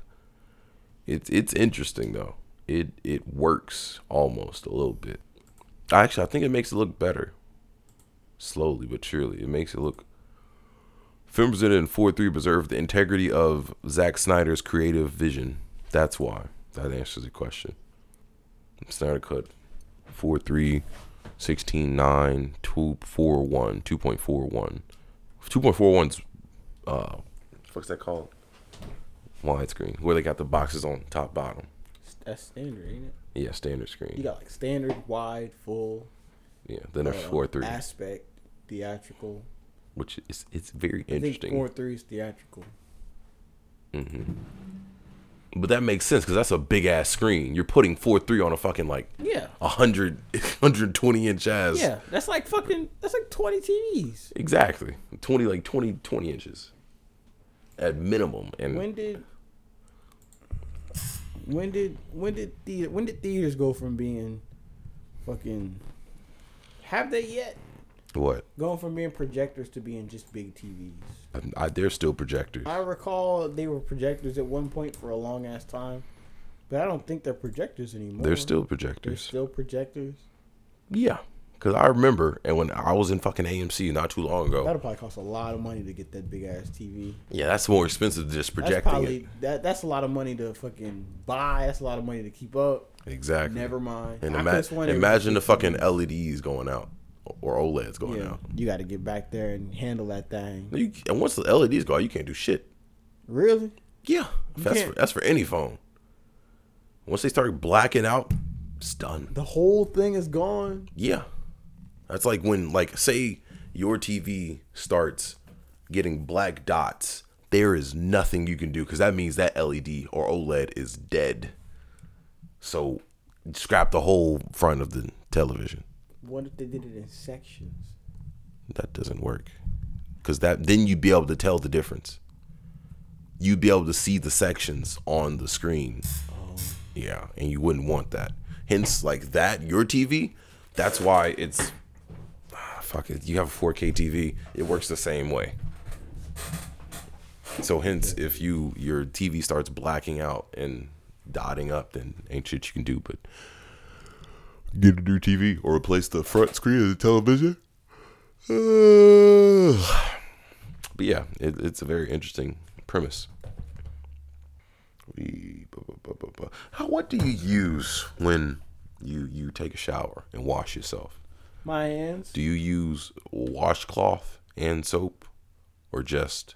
It's it's interesting though. It it works almost a little bit. Actually, I think it makes it look better. Slowly but surely, it makes it look. Film presented in four three preserved the integrity of Zack Snyder's creative vision. That's why that answers the question. Snyder cut four three. 16 9 241 2.41 2.41's uh what's that called widescreen where they got the boxes on top bottom
That's standard, ain't it?
yeah standard screen
You got like standard, wide, full,
yeah then there's
uh,
four three
aspect, theatrical.
which is it's very
I think
interesting
four three is theatrical.
but that makes sense because that's a big ass screen you're putting four three on a fucking like
Yeah,
a 100 120 inch ass
yeah. That's like fucking. That's like twenty TVs.
exactly 20 like 20 20 inches at minimum and
When did? When did when did the when did theaters go from being fucking have they yet
what
gone from being projectors to being just big TVs?
I, I, they're still projectors
I recall they were projectors at one point for a long ass time, but I don't think they're projectors anymore.
they're still
they're
projectors
still projectors.
Yeah, Cause I remember, and when I was in fucking AMC not too long ago,
That'll probably cost a lot of money to get that big ass TV.
yeah, that's more expensive than just
That's
projecting
probably
it.
that. That's a lot of money to fucking buy. That's a lot of money to keep up.
Exactly.
Never mind.
And
I
ima-
could've sworn it was
imagine the
just-
fucking LEDs going out or OLEDs going
Yeah,
out.
you got to get back there and handle that thing.
You, and once the E LEDs go out, you can't do shit.
Really?
Yeah, that's
can't-
for, that's for any phone. Once they start blacking out, it's done.
The whole thing is gone.
Yeah, that's like when like say your TV starts getting black dots. There is nothing you can do because that means that LED or OLED is dead. So scrap the whole front of the television.
What if they did it in sections?
That doesn't work because that then you'd be able to tell the difference. You'd be able to see the sections on the screen. Yeah, and you wouldn't want that. Hence, like that, your TV. That's why it's ah, fuck it. You have a 4K TV. It works the same way. So hence, if you your TV starts blacking out and dotting up, then ain't shit you can do. But get a new TV or replace the front screen of the television. Uh, but yeah, it, it's a very interesting premise. We- bu- bu- bu- bu- bu- How, what do you use when you you take a shower and wash yourself?
My hands.
Do you use washcloth and soap, or just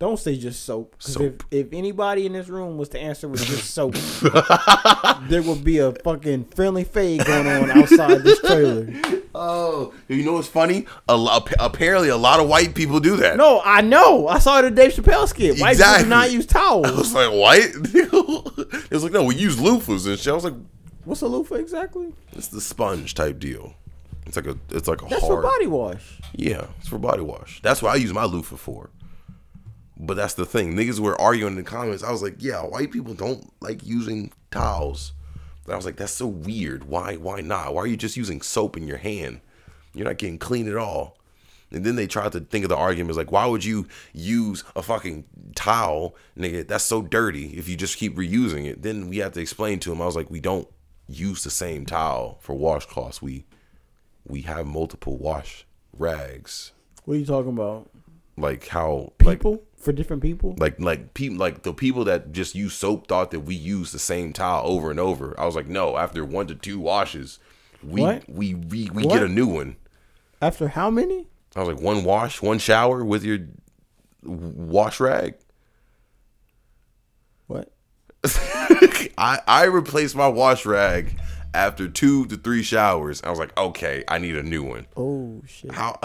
Don't say just soap. 'cause
Soap.
If, if anybody in this room was to answer with just soap, there would be a fucking friendly fade going on outside this trailer.
Oh, you know what's funny? A lo- apparently, a lot of white people do that.
No, I know. I saw it in Dave Chappelle skit. Why
Exactly.
do not use
I
towels?
was like, white? it was like, no, we use loofahs and shit. I was like,
What's a loofah exactly?
it's the sponge type deal. It's like a, it's like a
That's
hard.
for body wash.
Yeah, it's for body wash. That's what I use my loofah for. But that's the thing. Niggas were arguing in the comments. I was like, yeah, white people don't like using towels. But I was like, that's so weird. Why why not? Why are you just using soap in your hand? You're not getting clean at all. And then they tried to think of the argument like, why would you use a fucking towel, nigga? That's so dirty if you just keep reusing it. Then we have to explain to them. I was like, we don't use the same towel for washcloths. We we have multiple wash rags.
What are you talking about?
Like how
People for different people.
like like like people like the people that just use soap thought that we use the same towel over and over. I was like, no. After one to two washes, we
What?
we we, we
What?
get a new one.
After how many?
I was like, one wash, one shower with your wash rag.
What?
I I replaced my wash rag after two to three showers. I was like, okay, I need a new one.
Oh shit.
How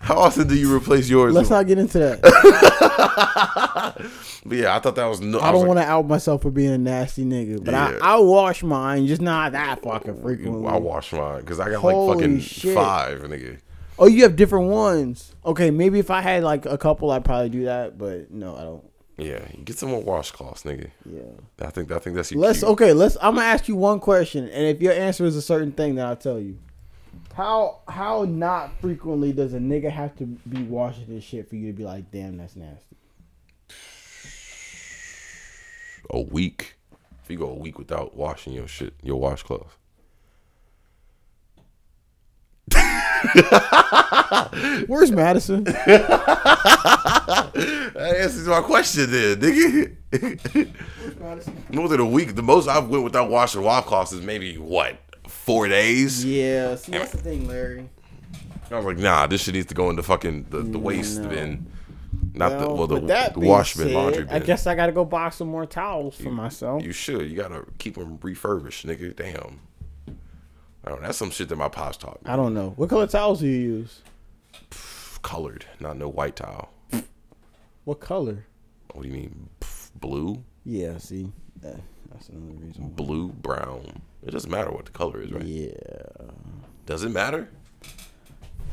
how often do you replace yours?
Let's not get into that.
But yeah, I thought that was no.
I
was like,
don't want to out myself for being a nasty nigga, but
Yeah.
I I wash mine, just not that fucking frequently.
I wash mine because I got
Holy
like fucking
shit.
five, nigga.
Oh, you have different ones. Okay, maybe if I had like a couple, I'd probably do that, but no, I don't.
Yeah, get some more washcloths, nigga.
Yeah.
I think I think that's your.
Let's
cue.
okay. Let's. I'm gonna ask you one question, and if your answer is a certain thing, then I'll tell you. How how not frequently does a nigga have to be washing this shit for you to be like, damn, that's nasty?
a week. If you go a week without washing your shit, your washcloth.
Where's Madison?
That answers my question, then, nigga. More than a week. The most I've went without washing washcloths is maybe what four days.
yeah. See, that's the thing, Larry.
I was like, nah, this shit needs to go in the fucking the, the waste
No.
bin, not the
Well,
well the,
with that
the
being
wash bin,
said,
laundry bin.
I guess I gotta go buy some more towels for myself.
You should. You gotta keep them refurbished, nigga. Damn. I don't know. That's some shit that my pops taught me.
I don't know. What color towels do you use?
Colored, not no white towel.
What color?
What do you mean? Pff, Blue,
Yeah. See, that, that's another reason.
blue, brown. It doesn't matter what the color is, right?
Yeah.
Does it matter?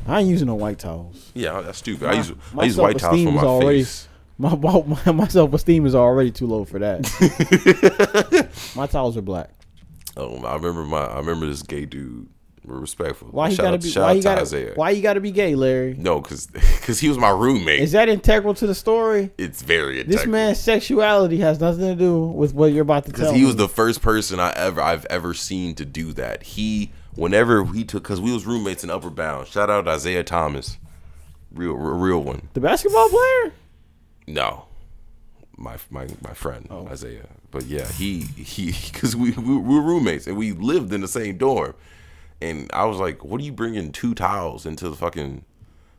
I ain't using no white towels.
Yeah, that's stupid. I
My-
use
my
I use white towels for
self-esteem
my
is already-
face.
My my, my self esteem is already too low for that. my towels are black.
Oh, Um, I remember my I remember this gay dude We're respectful.
Why he
shout
gotta
out,
be?
shout
Why
out
you
to
gotta?
Isaiah.
Why you gotta be gay, Larry?
No, because he was my roommate.
Is that integral to the story?
it's very
This
integral.
man's sexuality has nothing to do with what you're about to tell.
because he
me.
was the first person I ever I've ever seen to do that. He whenever he took because we was roommates in Upper Bound. Shout out to Isaiah Thomas, real real, real one.
the basketball player.
No, my my my friend Isaiah. But yeah, he he because we, we we were roommates and we lived in the same dorm. And I was like, "What are you bringing two towels into the fucking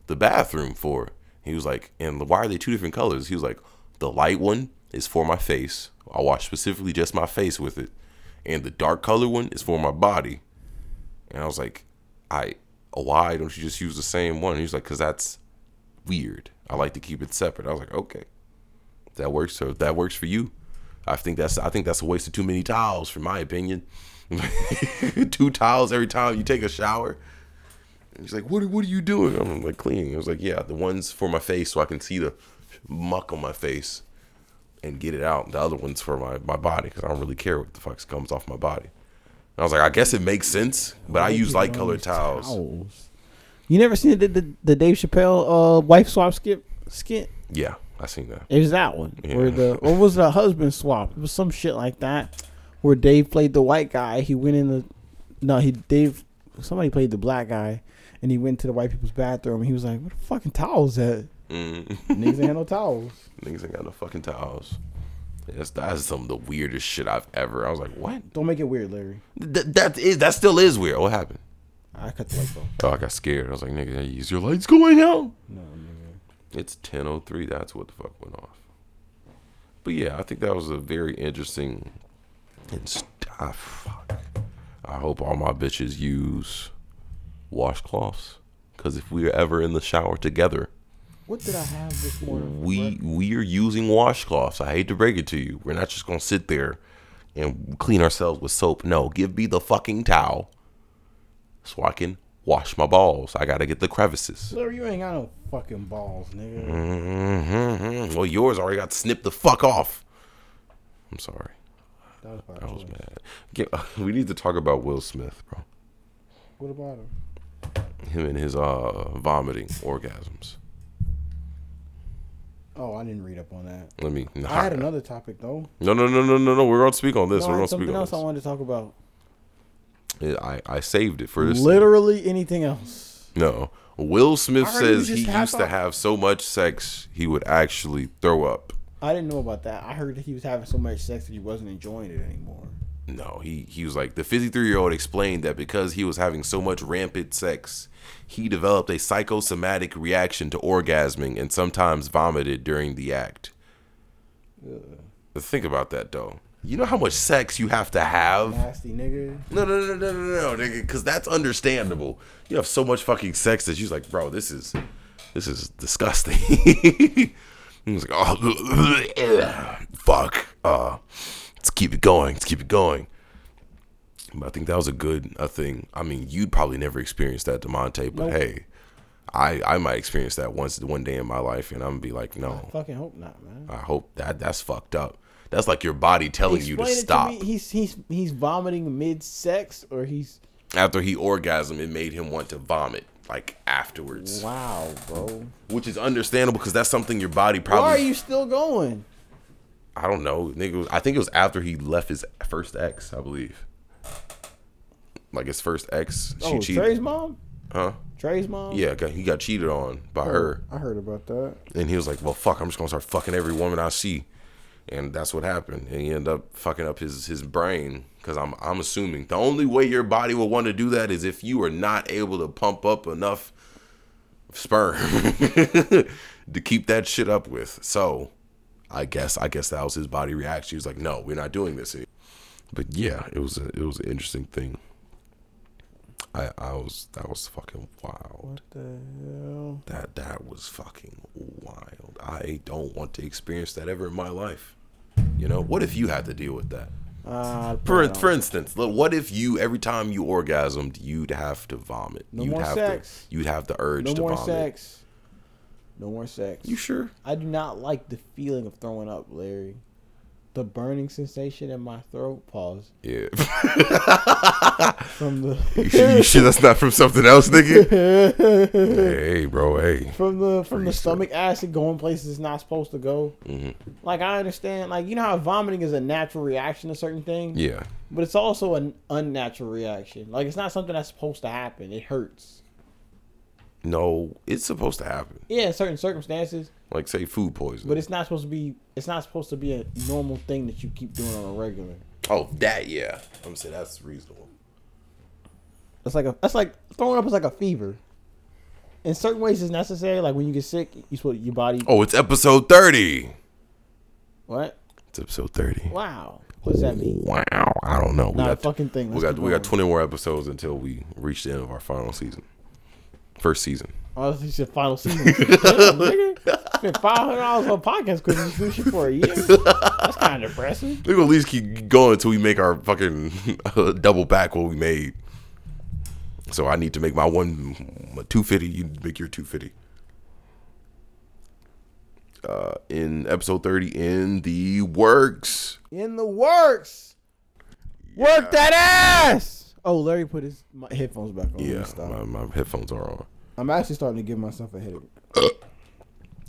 the bathroom for?" He was like, "And why are they two different colors?" He was like, "The light one is for my face. I wash specifically just my face with it, and the dark color one is for my body." And I was like, "I why don't you just use the same one?" He was like, "Cause that's weird. I like to keep it separate. I was like, okay, that works. So if that works for you, I think that's I think that's a waste of too many towels, for my opinion. Two towels every time you take a shower. And he's like, what What are you doing? I'm like cleaning. I was like, yeah, the ones for my face so I can see the muck on my face and get it out. The other ones for my my body because I don't really care what the fuck comes off my body. And I was like, I guess it makes sense, but I use light colored towels.
Towels. You never seen the the, the Dave Chappelle uh, wife swap skip skit?
Yeah, I seen that.
It was that one where
Yeah.
the or was the husband swap? It was some shit like that where Dave played the white guy. He went in the no, he Dave somebody played the black guy and he went to the white people's bathroom and he was like, "What the fucking towels that?
Mm.
Niggas ain't had no towels."
Niggas ain't got no fucking towels. That's that's some of the weirdest shit I've ever. I was like, what?
Don't make it weird, Larry.
Th- that is that still is weird. What happened?
I cut the lights off.
Oh, I got scared. I was like, nigga, is your lights going out? No, nigga. It's ten oh three. That's what the fuck went off. But yeah, I think that was a very interesting. And st- ah, fuck. I hope all my bitches use washcloths. Cause if we're ever in the shower together,
What did I have this morning?
we we are using washcloths. I hate to break it to you. We're not just gonna sit there and clean ourselves with soap. No, give me the fucking towel so I can wash my balls. I gotta get the crevices.
Larry, you ain't got no fucking balls, nigga.
Mm-hmm. Well, yours already got snipped the fuck off. I'm sorry.
That was by
I was
choice.
mad. Get- We need to talk about Will Smith, bro.
What about him?
Him and his uh vomiting orgasms.
Oh, I didn't read up on that.
Let me. Nah.
I had another topic though.
No, no, no, no, no, no. We're gonna speak on Ah. this.
No, I
We're
had
gonna speak
something
on
else
this.
I wanted to talk about.
Yeah, I I saved it for this. thing.
Literally anything else.
No. Will Smith
I heard he
says
just
he
had
used to
some-
have so much sex he would actually throw up.
I didn't know about that. I heard that he was having so much sex that he wasn't enjoying it anymore.
No, he, he was like the 53 year old explained that because he was having so much rampant sex, he developed a psychosomatic reaction to orgasming and sometimes vomited during the act. Think about that though. You know how much sex you have to have?
Nasty nigga.
No, no, no, no, no, no, no, nigga, because that's understandable. You have so much fucking sex that you're like, bro, this is, this is disgusting. he was like, oh, fuck. Uh, let's keep it going. Let's keep it going. But I think that was a good a thing. I mean, you'd probably never experience that, Demonte, but
Nope.
hey, I I might experience that once one day in my life, and I'm gonna be like, no,
Fucking hope not, man.
I hope that that's fucked up. That's like your body telling you to
Explain it
stop.
me. He's he's he's vomiting mid sex or he's
after he orgasmed, it made him want to vomit like afterwards,
wow, bro.
which is understandable because that's something your body
Why are
probably.
you still going?
I don't know. Nigga, was- I think it was after he left his first ex, I believe. Like his first ex, she
Oh,
cheated,
Trey's mom.
huh?
Trey's mom.
Yeah, got- he got cheated on by
Oh.
her,
I heard about that.
and he was like, "Well, fuck, I'm just gonna start fucking every woman I see," and that's what happened. And he ended up fucking up his his brain because I'm I'm assuming the only way your body will want to do that is if you are not able to pump up enough sperm to keep that shit up with. So, I guess I guess that was his body reaction. He was like, "No, we're not doing this." Anymore. But yeah, it was a, it was an interesting thing. I I was that was fucking wild. That that was fucking wild. I don't want to experience that ever in my life. You know, what if you had to deal with that?
Uh,
For for instance, look, what if you every time you orgasmed, you'd have to vomit.
No
you'd
more
have
sex.
to you'd have the urge
no
to
more
vomit.
sex. No more sex.
You sure?
I do not like the feeling of throwing up, Larry. the burning sensation in my throat. Pause.
Yeah.
From
you, sure, you
the
sure that's not from something else, nigga? hey, bro. Hey.
from the from the stomach acid going places it's not supposed to go.
Mm-hmm.
Like I understand, like you know how vomiting is a natural reaction to certain things,
Yeah.
but it's also an unnatural reaction. Like it's not something that's supposed to happen. It hurts.
No, it's supposed to happen.
Yeah, in certain circumstances,
Like say food poisoning.
but it's not supposed to be. It's not supposed to be a normal thing that you keep doing on a regular.
oh, that yeah. I'm saying that's reasonable.
That's like a. That's like throwing up is like a fever. In certain ways, it's necessary. Like when you get sick, you supposed your body.
Oh, it's episode thirty.
What?
It's episode thirty.
Wow. What does that mean?
Wow. I don't know. We
Not a
got
fucking thing.
we
Let's
got
keep
we got
going.
twenty more episodes until we reach the end of our final season. First season.
Oh, this is your final season. Damn, nigga. Spent five hundred dollars on podcast because you do shit for a year. That's kind of depressing.
We're gonna at least keep going until we make our fucking double back what we made. So I need to make my one my two fifty. You make your two fifty. Uh, in episode thirty, in the works.
In the works. Work that ass. Oh, Larry put his my headphones back on. Let me
Yeah,
stop.
my, my headphones are on.
I'm actually starting to give myself a headache.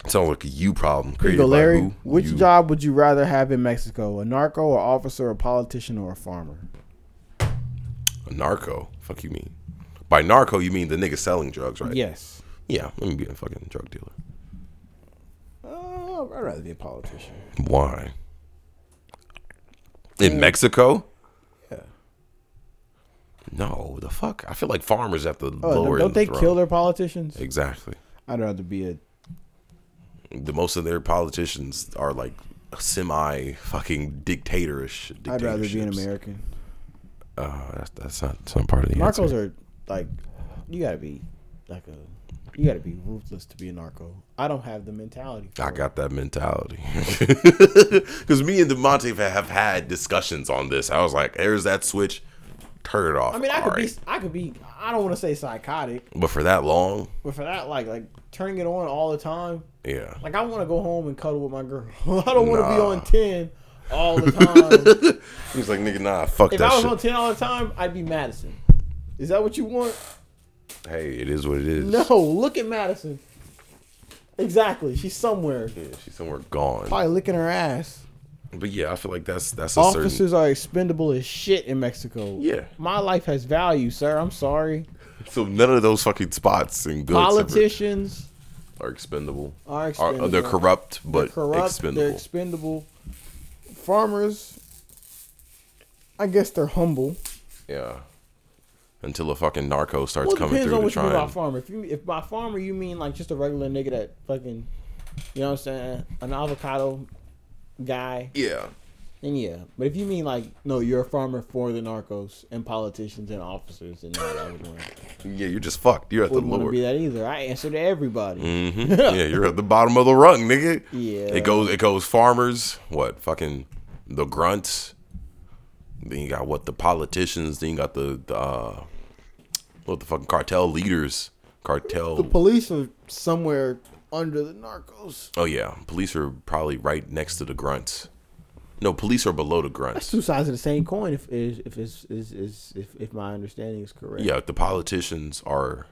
Sounds like a you problem
Here
created
you go,
by
Larry.
who?
Which
You.
job would you rather have in Mexico? A narco, a officer, a politician, or a farmer?
A narco. Fuck you mean? By narco, you mean the nigga selling drugs, right?
Yes.
Yeah. Let me be a fucking drug dealer.
Oh, I'd rather be a politician.
Why? In Mexico?
Yeah.
No, the fuck. I feel like farmers have to
Oh,
lower.
don't
in the
they
throne.
kill their politicians?
Exactly.
I'd rather be a
The most of their politicians are like semi fucking dictatorish.
I'd rather be an
dictatorships.
American.
Uh, that's, that's not that's not part of the
Narcos
answer.
are like you gotta be like a you gotta be ruthless to be a narco. I don't have the mentality. for
I
it.
got that mentality. Because me and Demonte have had discussions on this. I was like, "There's that switch, turn it off."
I mean, I
All
could be,
right.
I could be, I don't want to say psychotic,
but for that long,
but for that, like, like turning it on all the time,
yeah.
like I want to go home and cuddle with my girl. I don't want to be
Nah.
on ten all the time.
He's like, "Nigga, nah, fuck
if
that
I was
shit."
on ten all the time, I'd be Madison. Is that what you want?
hey, it is what it is.
No, look at Madison. Exactly, she's somewhere,
Yeah, she's somewhere gone.
probably licking her ass.
But yeah, I feel like that's that's a certain
Officers are expendable as shit in Mexico.
Yeah.
My life has value, sir. I'm sorry.
so none of those fucking spots and goods ever
Politicians
are expendable.
are
Are,
expendable.
they're corrupt
They're
but
corrupt, They're
expendable.
expendable. Farmers, I guess they're humble.
yeah. Until a fucking narco starts
Well, it
coming
depends on
through to
what you
try
mean by
and
farmer. If you if by farmer you mean like just a regular nigga that fucking, you know what I'm saying, an avocado guy,
Yeah.
then yeah. But if you mean like no, you're a farmer for the narcos and politicians and officers, and no, I would want.
Yeah, you're just fucked. You're at the
wouldn't want to
lower
be that either. I answer to everybody.
Mhm. yeah, you're at the bottom of the rung, nigga.
Yeah.
It goes it goes farmers, what, fucking the grunts. Then you got what the politicians, then you got the, the uh what the fucking cartel leaders. Cartel
Police are somewhere under the narcos.
Oh yeah, police are probably right next to the grunts. No, police are below the grunts.
Two sides of the same coin. If if if is is, is if, if my understanding is correct.
Yeah, the politicians are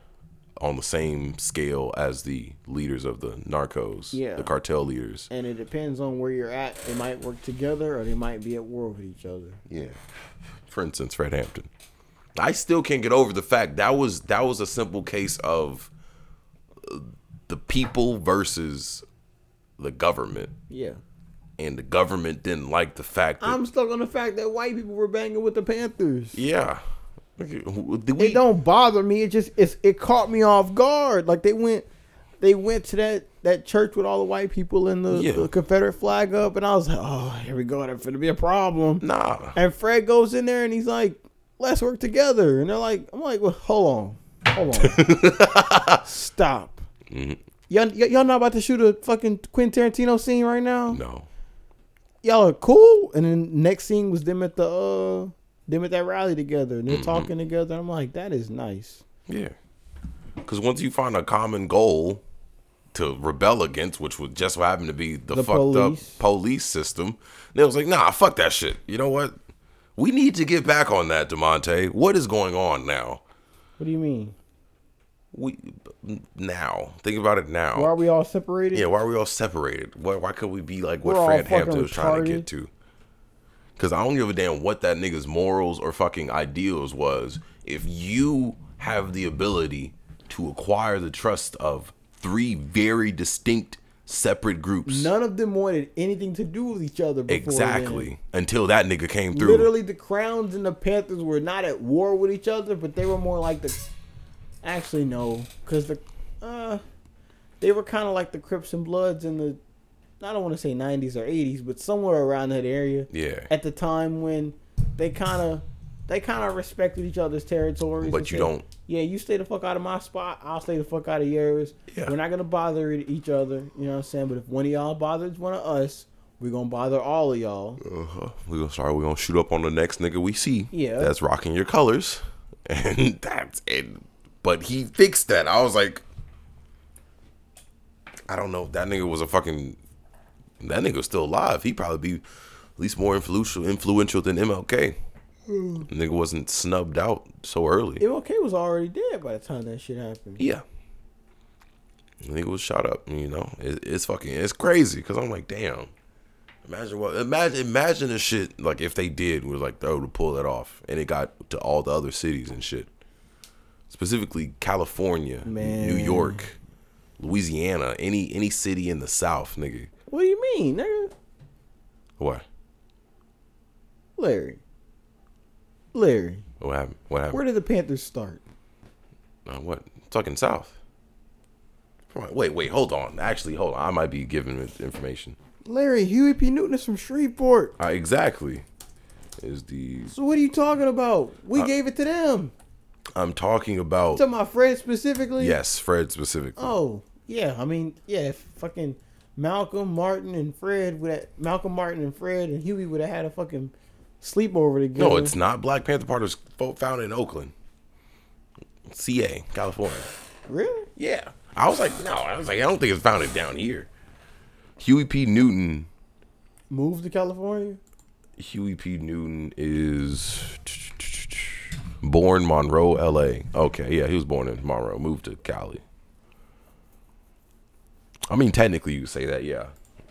on the same scale as the leaders of the narcos,
Yeah.
the cartel leaders.
And it depends on where you're at. They might work together, or they might be at war with each other.
Yeah. For instance, Fred Hampton. I still can't get over the fact that was that was a simple case of uh, the people versus the government,
Yeah.
and the government didn't like the fact that
I'm stuck on the fact that white people were banging with the Panthers.
yeah. Okay, who- did
It
we-
don't bother me. It just it's it caught me off guard. Like they went, they went to that that church with all the white people and the,
Yeah.
the Confederate flag up, and I was like, oh, here we go. That's gonna be a problem.
nah.
And Fred goes in there and he's like, "Let's work together." And they're like, "I'm like, well, hold on, hold on, stop." Y'all, y- y'all not about to shoot a fucking Quentin Tarantino scene right now?
No.
Y'all are cool. And then next scene was them at the uh, them at that rally together, and they're
Mm-hmm.
talking together. I'm like, that is nice.
Yeah. Because once you find a common goal, to rebel against, which would just happened to be the,
The
fucked
police.
up police system. They was like, nah, fuck that shit. You know what? We need to get back on that, Demonte. What is going on now?
What do you mean?
We now think about it now.
Why are we all separated?
Oh. Yeah, why are we all separated? Why, why could we be like what
We're all
Fred
fucking
Hampton was trying to get
retarded.
to? Because I don't give a damn what that nigga's morals or fucking ideals was. If you have the ability to acquire the trust of three very distinct, separate groups,
None of them wanted anything to do with each other. Before
exactly,
then.
until that nigga came through.
Literally, the Crowns and the Panthers were not at war with each other, but they were more like the. Actually, no, because the, uh, they were kind of like the Crips and Bloods in the, I don't want to say '90s or '80s, but somewhere around that area.
Yeah.
At the time when they kind of, they kind of respected each other's territories.
But
and
you
said,
don't-
Yeah, you stay the fuck out of my spot. I'll stay the fuck out of yours.
Yeah.
We're not gonna bother e-, each other. You know what I'm saying? But if one of y'all bothers one of us, we're gonna bother all of y'all.
Uh-huh. We gonna sorry, we gonna shoot up on the next nigga we see.
Yeah.
that's rocking your colors, and that's it. But he fixed that. I was like, I don't know. That nigga was a fucking. That nigga was still alive. He probably be at least more influential, influential than MLK. Nigga wasn't snubbed out so early.
MLK was already dead by the time that shit happened.
Yeah. Nigga was shot up, you know. It, it's fucking it's crazy because I'm like, damn. Imagine what imagine imagine the shit like if they did was like though to pull that off and it got to all the other cities and shit. Specifically California,
Man.
New York, Louisiana, any any city in the South, nigga.
What do you mean, nigga?
What?
Larry. Larry.
What happened? What happened?
Where did the Panthers start?
Uh, what? Fucking South. Come on, Wait, wait, hold on. Actually, hold on. I might be giving mis- information.
Larry, Huey P. Newton is from Shreveport.
Uh, exactly. Is the
So what are you talking about? We
Uh,
gave it to them.
I'm talking about
To my friend specifically?
yes, Fred specifically.
Oh, yeah. I mean, yeah, if fucking Malcolm, Martin, and Fred would have Malcolm Martin and Fred and Huey would have had a fucking sleepover together.
no, it's not. Black Panther Party was fo- founded in Oakland, CA, California.
Really?
Yeah, I was like, no, I was like, I don't think it's founded down here. Huey P. Newton.
Moved to California?
Huey P. Newton is born Monroe, L.A. Okay, yeah, he was born in Monroe, moved to Cali. I mean, technically, you could say that. Yeah,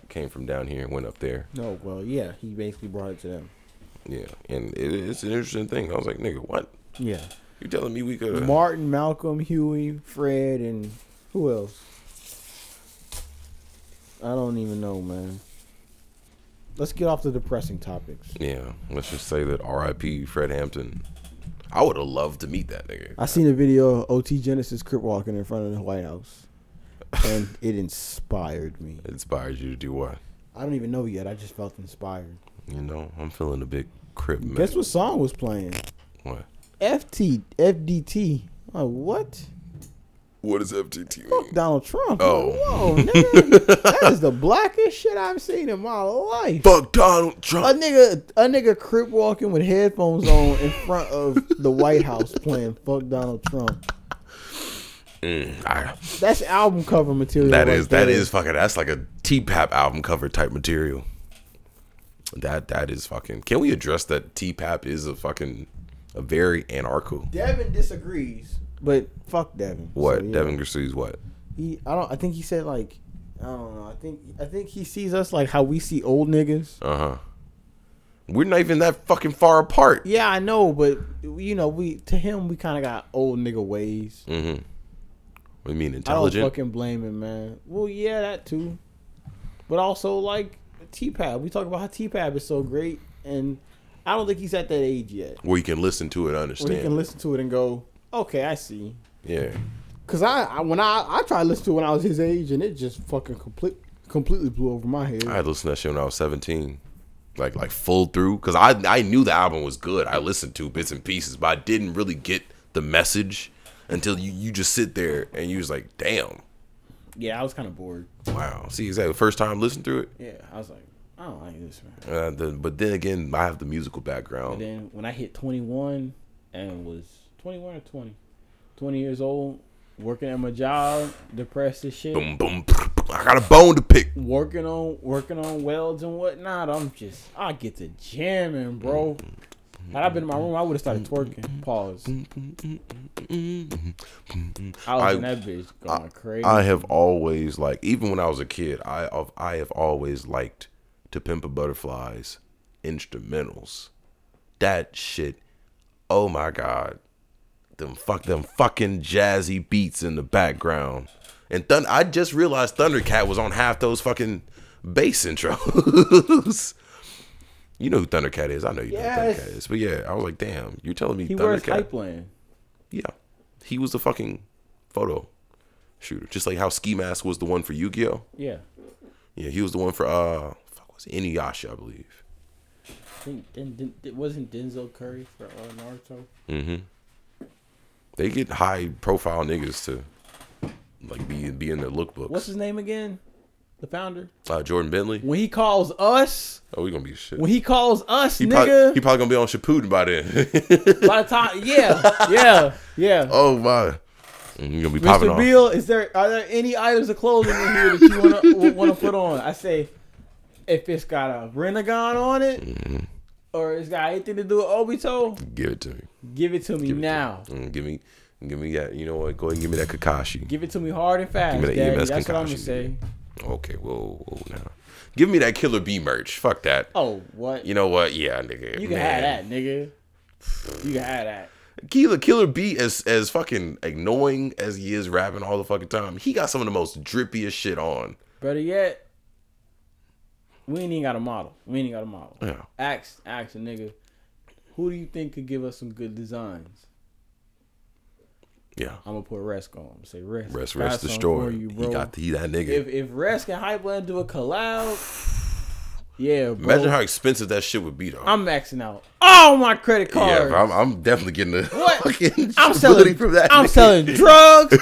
came from down here, went up there.
No, well, yeah, he basically brought it to them.
Yeah, and it, it's an interesting thing. I was like, nigga, what?
Yeah.
You telling me we could?
Martin, Malcolm, Huey, Fred, and who else? I don't even know, man. Let's get off the depressing topics.
yeah, let's just say that R.I.P. Fred Hampton. I would have loved to meet that nigga.
I seen a video of OT Genesis crip walking in front of the White House, and it inspired me.
It inspired you to do what?
I don't even know yet. I just felt inspired.
You know, I'm feeling a big crib man.
Guess what song was playing?
what?
FT FDT. I'm Like what?
What does FTT
Fuck
mean?
Donald Trump.
Oh.
Whoa, nigga. that is the blackest shit I've seen in my life.
Fuck Donald
a
Trump.
nigga, a nigga crip walking with headphones on in front of the White House playing "Fuck Donald Trump."
I,
That's album cover material.
that
right
is that
there.
is fucking. That's like a T-Pap album cover type material. That that is fucking. Can we address that T-Pap is a fucking a very anarcho?
Devin disagrees, but fuck Devin.
What
So, yeah.
Devin Grisey's what?
He, I don't. I think he said like, I don't know. I think I think he sees us like how we see old niggas.
Uh huh. We're not even that fucking far apart.
Yeah, I know, but you know, we to him we kind of got old nigga ways.
Mm, What do you mean
I don't
intelligent?
fucking blame him, man. Well, yeah, that too, but also like T-Pab. We talk about how T-Pab is so great, and I don't think he's at that age yet.
where you can listen to it, and
where
understand.
you can listen to it and go, okay, I see.
yeah,
Cause I, I when I I tried to listen to it when I was his age and it just fucking complete completely blew over my head.
I had listened to that shit when I was seventeen, like like full through, because I I knew the album was good. I listened to bits and pieces, but I didn't really get the message until you you just sit there and you was like, damn,
yeah, I was kind of bored.
wow. See, is that the first time listening through it?
Yeah, I was like, I don't like this man.
Uh, the, but then again, I have the musical
And
background.
then when I hit 21 and was 21 or 20, 20 years old, working at my job, depressed as shit.
Boom, boom. I got a bone to pick.
Working on working on welds and whatnot. I'm just I get to jamming, bro. Had I been in my room, I would have started twerking. Pause. I was in
I-
that bitch going crazy.
I have always like, even when I was a kid, I of I have always liked to pimp a butterflies instrumentals. That shit, oh my god, them fuck them fucking jazzy beats in the background, and Thun. I just realized Thundercat was on half those fucking bass intros. you know who Thundercat is? I know you know who
Yes.
Thundercat is, but yeah, I was like, damn, you're telling me
he wears
Thundercat?
pipeline.
Yeah. He was the fucking photo shooter. Just like how Ski Mask was the one for Yu Gi Oh!
Yeah.
Yeah, he was the one for, uh, fuck, was it Inuyasha, I believe.
Didn't, didn't, didn't, it wasn't Denzel Curry for uh, Naruto.
They get high profile niggas to, like, be, be in their lookbooks.
What's his name again? The founder.
uh, Jordan Bentley?
When he calls us,
Oh, we gonna be shit.
when he calls us,
He probably,
nigga.
he probably gonna be on Shippuden by then.
by the time, yeah, yeah, yeah.
oh, my. You're gonna be popping
Mr.
off.
Beal, is there are there any items of clothing in here that you wanna w- wanna put on? I say, if it's got a Renegon on it,
Mm-hmm.
or it's got anything to do with Obito,
Give it to me.
give it to
Give
me
it to me.
now.
Mm, give me, give me that. You know what? Go ahead and give me that Kakashi.
Give it to me hard and fast,
Give me that
Daddy.
EMS
That's what I'm gonna
concoction,
say.
okay, whoa, whoa, now. Give me that Killer B merch. Fuck that.
Oh, what?
You
You,
know what? Yeah, nigga.
can
man.
have that, nigga. You can have that.
Killer Killer B as as fucking annoying as he is rapping all the fucking time. He got some of the most drippiest shit on.
Better yet, we ain't even got a model. We ain't even got a model.
Yeah.
Ask, ask a nigga, who do you think could give us some good designs?
Yeah.
I'm gonna put Resk on. I'm gonna say Resk.
Rest
got
rest
something
destroy.
for You,
he
bro.
got the, he that nigga.
if if Resk and Hypeland do a collab, yeah, bro.
Imagine how expensive that shit would be though.
I'm maxing out all my credit
yeah,
cards.
bro, I'm, I'm definitely getting the
What?
fucking
I'm
ability
selling.
from that.
I'm
nigga.
selling drugs.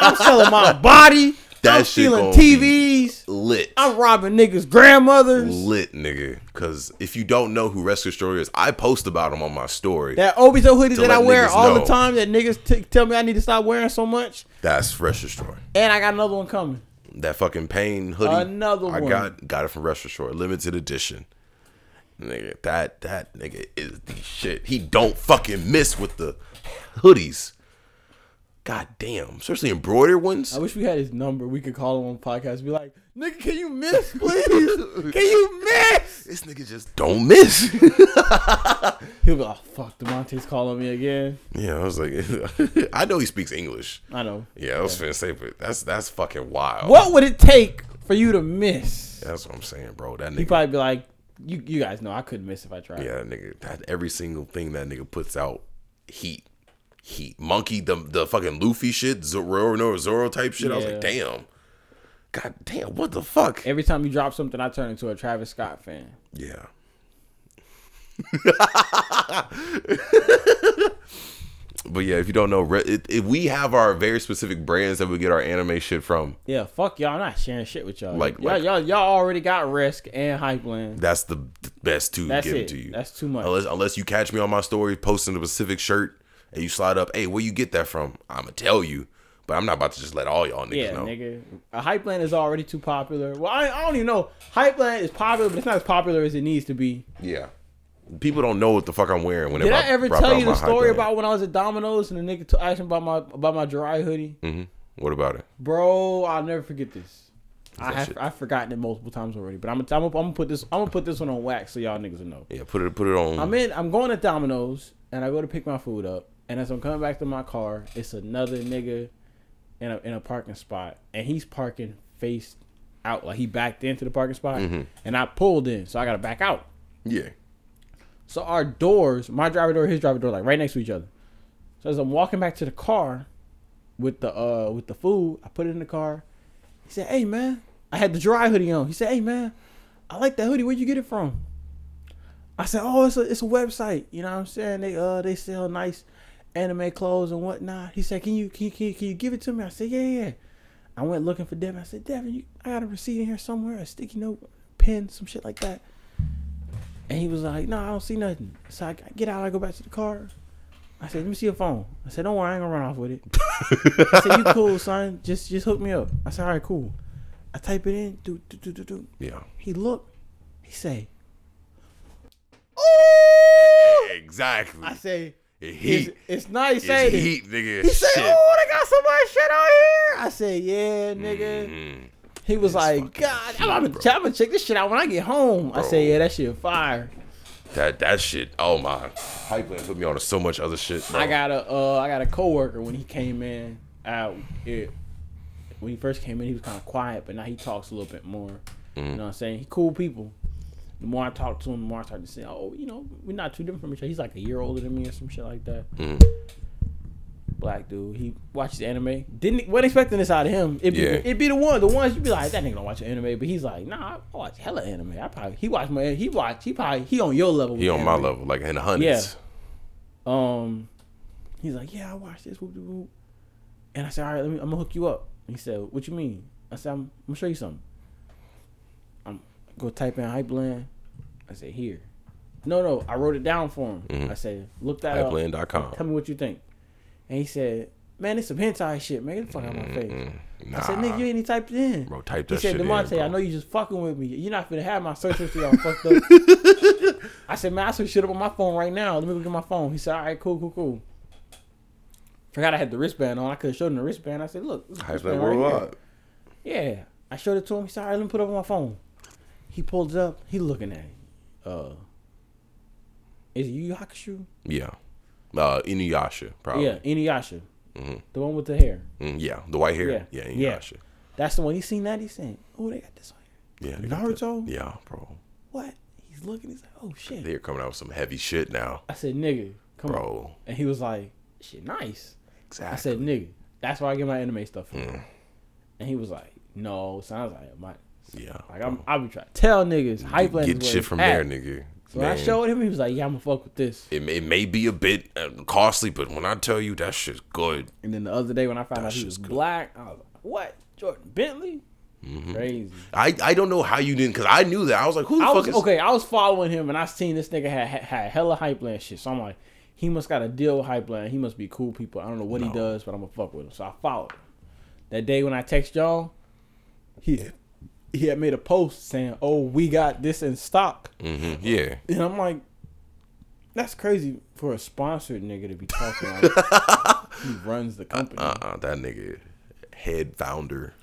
I'm selling my body.
That
I'm
shit
stealing
gonna be-
TVs.
lit.
I'm robbing niggas' grandmothers.
lit, nigga. Cause if you don't know who Rest Destroy is, I post about him on my story.
That Obito hoodie
To
that
let
I wear
niggas
all the
know.
time that niggas t- tell me I need to stop wearing so much.
That's Rest Destroy.
And I got another one coming.
That fucking pain hoodie.
Another
I
one.
got got it from Rest Short, limited edition. Nigga, that that nigga is the shit. He don't fucking miss with the hoodies. God damn, especially embroidered ones.
I wish we had his number. We could call him on podcast. Be like, nigga, can you miss, please? Can you miss?
This nigga just don't miss.
He'll be like, oh, fuck, Demonte's calling me again.
yeah, I was like, I know he speaks English.
I know.
Yeah, I was finna say, but that's that's fucking wild.
What would it take for you to miss?
That's what I'm saying, bro. That
He'd
nigga,
probably be like, you, you guys know I couldn't miss if I tried.
yeah, that nigga. That every single thing that nigga puts out, heat, heat. Monkey, the the fucking Luffy shit, Zoro, no Zoro type shit. I was like, damn, god damn, what the fuck?
Every time you drop something, I turn into a Travis Scott fan.
Yeah. but yeah, if you don't know, re- it, it, we have our very specific brands that we get our anime shit from.
Yeah, fuck y'all. I'm not sharing shit with y'all.
Like-
y'all,
like-
y'all, y'all already got Risk and Hypeland.
That's the the best two
That's
give
it.
to you.
That's too much.
Unless unless you catch me on my story posting a specific shirt and you slide up, hey, where you get that from? I'ma tell you, but I'm not about to just let all y'all niggas
Yeah,
know.
nigga. A hype land is already too popular. Well, I, I don't even know. Hype land is popular, but it's not as popular as it needs to be.
Yeah, people don't know what the fuck I'm wearing. When
Did
it
I
pop-
ever
pop out
tell you
my
the
hype
story
band.
about when I was at Domino's and the nigga t- asked me about my about my dry hoodie?
Hmm. What about it?
Bro, I'll never forget this. I
that
have
shit?
I've forgotten it multiple times already, but I'm gonna I'm gonna- I'm gonna put this I'm gonna put this one on wax so y'all niggas will know.
Yeah, put it put it on.
I'm in. I'm going to Domino's, and I go to pick my food up. And as I'm coming back to my car, it's another nigga in a in a parking spot, and he's parking face out, like he backed into the parking spot,
Mm-hmm.
and I pulled in, so I gotta back out.
yeah,
So our doors, my driver door, his driver door, like right next to each other. So as I'm walking back to the car with the uh with the food, I put it in the car. He said, "Hey man, I had the dry hoodie on." He said, "Hey man, I like that hoodie. Where'd you get it from?" I said, "Oh, it's a it's a website. You know what I'm saying? They uh they sell nice anime clothes and whatnot." He said, "Can you can you, can you, can you give it to me?" I said, "Yeah, yeah." yeah." I went looking for Devin. I said, "Devin, you, I got a receipt in here somewhere, a sticky note, pen, some shit like that." And he was like, "No, I don't see nothing." So I I get out. I go back to the car. I said, let me see your phone. I said, don't worry, I ain't gonna run off with it. I said, you cool, son. Just just hook me up. I said, all right, cool. I type it in. Do do do do do.
Yeah.
He looked. He say,
Exactly.
I say,
It
it's,
heat.
it's nice,
It's
ain't it?
heat, nigga.
He
It's
said,
shit.
"Oh, they got so much shit on here." I said, "Yeah, nigga." He was like,
Mm-hmm. fucking
"God,
heat,
I'm gonna,
bro.
I'm gonna check this shit out when I get home." I said,
Bro.
"Yeah, that shit fire."
That that shit. Oh my. Pipeline put me on to so much other shit. Bro.
I got a uh, I got a coworker when he came in. Uh, it, when he first came in, he was kind of quiet, but now he talks a little bit more. You
Mm-hmm.
know what I'm saying? He cool people. The more I talk to him, the more I start to say, "Oh, you know, we're not too different from each other." He's like a year older than me or some shit like that.
Mm-hmm.
Black dude. He watches anime. Didn't wasn't expecting this out of him. It'd be,
Yeah.
it'd be the one. The ones you'd be like, that nigga don't watch anime, but he's like, nah, I watch hella anime. I probably he watched my he watched he probably he on your level.
He
with
on my
anime.
level, like in the hundreds.
Um, he's like, yeah, I watched this. Whoop, whoop, whoop. And I said, all right, let me, I'm gonna hook you up. He said, what you mean? I said, I'm, I'm gonna show you something. I'm go type in Hypeland. I said, here. No, no, I wrote it down for him.
Mm-hmm.
I said, look that up.
Hypeland.com.
Tell me what you think. And he said, man, it's some hentai shit, man. Get the fuck out of my face.
Mm-hmm. Nah.
I said, nigga, you ain't even typed it in.
Bro, type
He
that
said,
shit in,
Demonte,
bro.
I know you just fucking with me. You're not finna have my search history all fucked up. I said, man, I switched shit up on my phone right now. Let me go get my phone. He said, all right, cool, cool, cool. Forgot I had the wristband on. I could have showed him the wristband. I said, look, this is the
Hypeland
wristband right here.
worldwide.
Yeah. I showed it to him. He said, all right, let me put it up on my phone. He pulled it up. He looking at it. Uh, is it Yu Yu Hakusho?
Yeah. Uh, Inuyasha, probably.
Yeah, Inuyasha.
Mm-hmm.
The one with the hair.
Mm, yeah. The white hair.
Yeah.
Yeah.
Yeah.
Inuyasha.
That's the one. He seen that. He saying, oh, they got this on here.
Yeah. they got that.
Naruto?
Yeah, bro.
What? He's looking. He's like, oh, shit.
They're coming out with some heavy shit now,
I said, nigga, come on.
bro.
And he was like, shit, nice. I
Exactly. Mm.
said, nigga, that's where I get my anime stuff from. And he was like, no. So I was like, my,
yeah.
like I'm, I'll be trying to tell niggas, hype
You
land
get
is
shit
where
from
it's
there,
at.
nigga.
So I
Man,
showed him, he was like, yeah, I'm gonna fuck with this.
It, may- it may be a bit uh, costly, but when I tell you that shit's good,
And then the other day when I found out he
shit's
was
good.
black, I was like, what? Jordan Bentley?
Mm-hmm.
Crazy.
I, I don't know how you didn't because I knew that I was like, who the
I
fuck
was
is
okay. I was following him, and I seen this nigga had had, had hella hype land shit. So I'm like, he must got a deal with hype land. He must be cool people. I don't know what he does, but I'm gonna fuck with him. So I followed him. That day when I text y'all, he he had made a post saying, "Oh, we got this in stock,"
Mhm, Yeah,
and I'm like, that's crazy for a sponsored nigga to be talking like he runs the company.
uh, uh that nigga, head founder.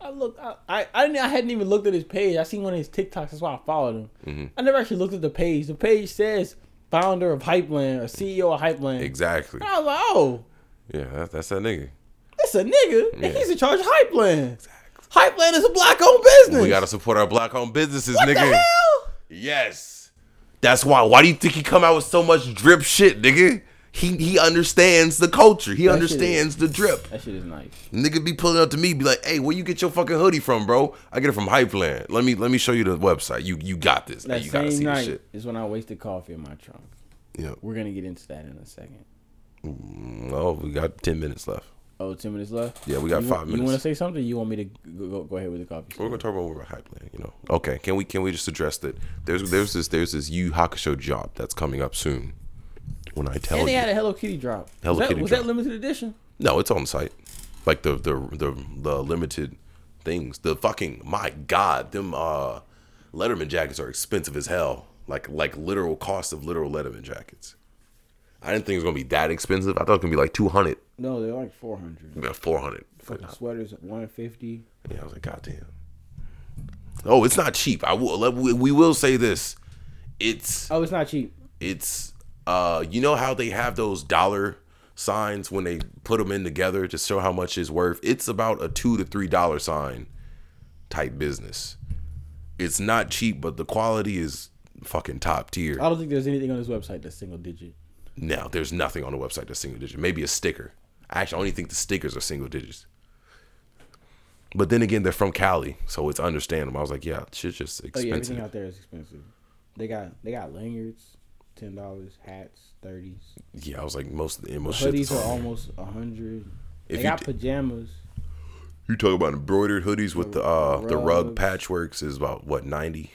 I looked. I, I I didn't. I hadn't even looked at his page. I seen one of his TikToks. That's why I followed him.
Mm-hmm.
I never actually looked at the page. The page says founder of Hypeland or CEO of Hypeland.
Exactly.
And I was like, oh,
Yeah, that, that's that nigga.
that's a nigga, and
Yeah.
he's in charge of Hypeland. Hypeland is a black-owned business.
We gotta support our black-owned businesses,
what the
nigga.
hell?
Yes. That's why. Why do you think he come out with so much drip shit, nigga? He he understands the culture. He
shit is-
understands the drip.
That shit is nice.
Nigga be pulling up to me, be like, "Hey, where you get your fucking hoodie from, bro? I get it from Hypeland. Let me let me show you the website. You you got this. Hey,
That
you gotta
same
see this
night
shit.
is when I wasted coffee in my trunk.
Yeah.
We're gonna get into that in a second.
Oh, we got ten minutes left.
Oh, 10 minutes left.
Yeah, we got
You-
five
You want to
minutes.
say something? You want me to go, go, go ahead with the coffee?
We're gonna talk about more about Hypeland, you know. Okay, can we can we just address that? There's there's this there's this Yu Hakusho job that's coming up soon. When I tell
and they
you,
had a Hello Kitty drop.
Hello
was that,
Kitty
was
drop.
that limited edition?
no, it's on site, like the the the the limited things. The fucking my god, them uh Letterman jackets are expensive as hell. Like like literal cost of literal Letterman jackets. I didn't think it was gonna be that expensive. I thought it was gonna be like 200,
No, they're like 400.
uh, 400. But,
Fucking sweaters at 150.
Yeah, I was like, God damn. Oh, it's not cheap. I will. let- We we will say this. It's
Oh, it's not cheap.
it's uh you know how they have those dollar signs when they put them in together to show how much it's worth it's about a two to three dollar sign type business it's not cheap but the quality is fucking top tier
I don't think there's anything on this website that's single digit.
now there's nothing on the website that's single digit maybe a sticker actually i only think the stickers are single digits but then again they're from cali so it's understandable i was like yeah shit's just
Oh
expensive
yeah, everything out there is expensive. They got they got lanyards, ten dollars, hats, thirties,
yeah i was like most of the most shit
hoodies
that's
are
on there.
almost a hundred.
If
They
you
got
d-
pajamas.
You talk about embroidered hoodies with the uh the rug
Rugs.
patchworks is about what ninety.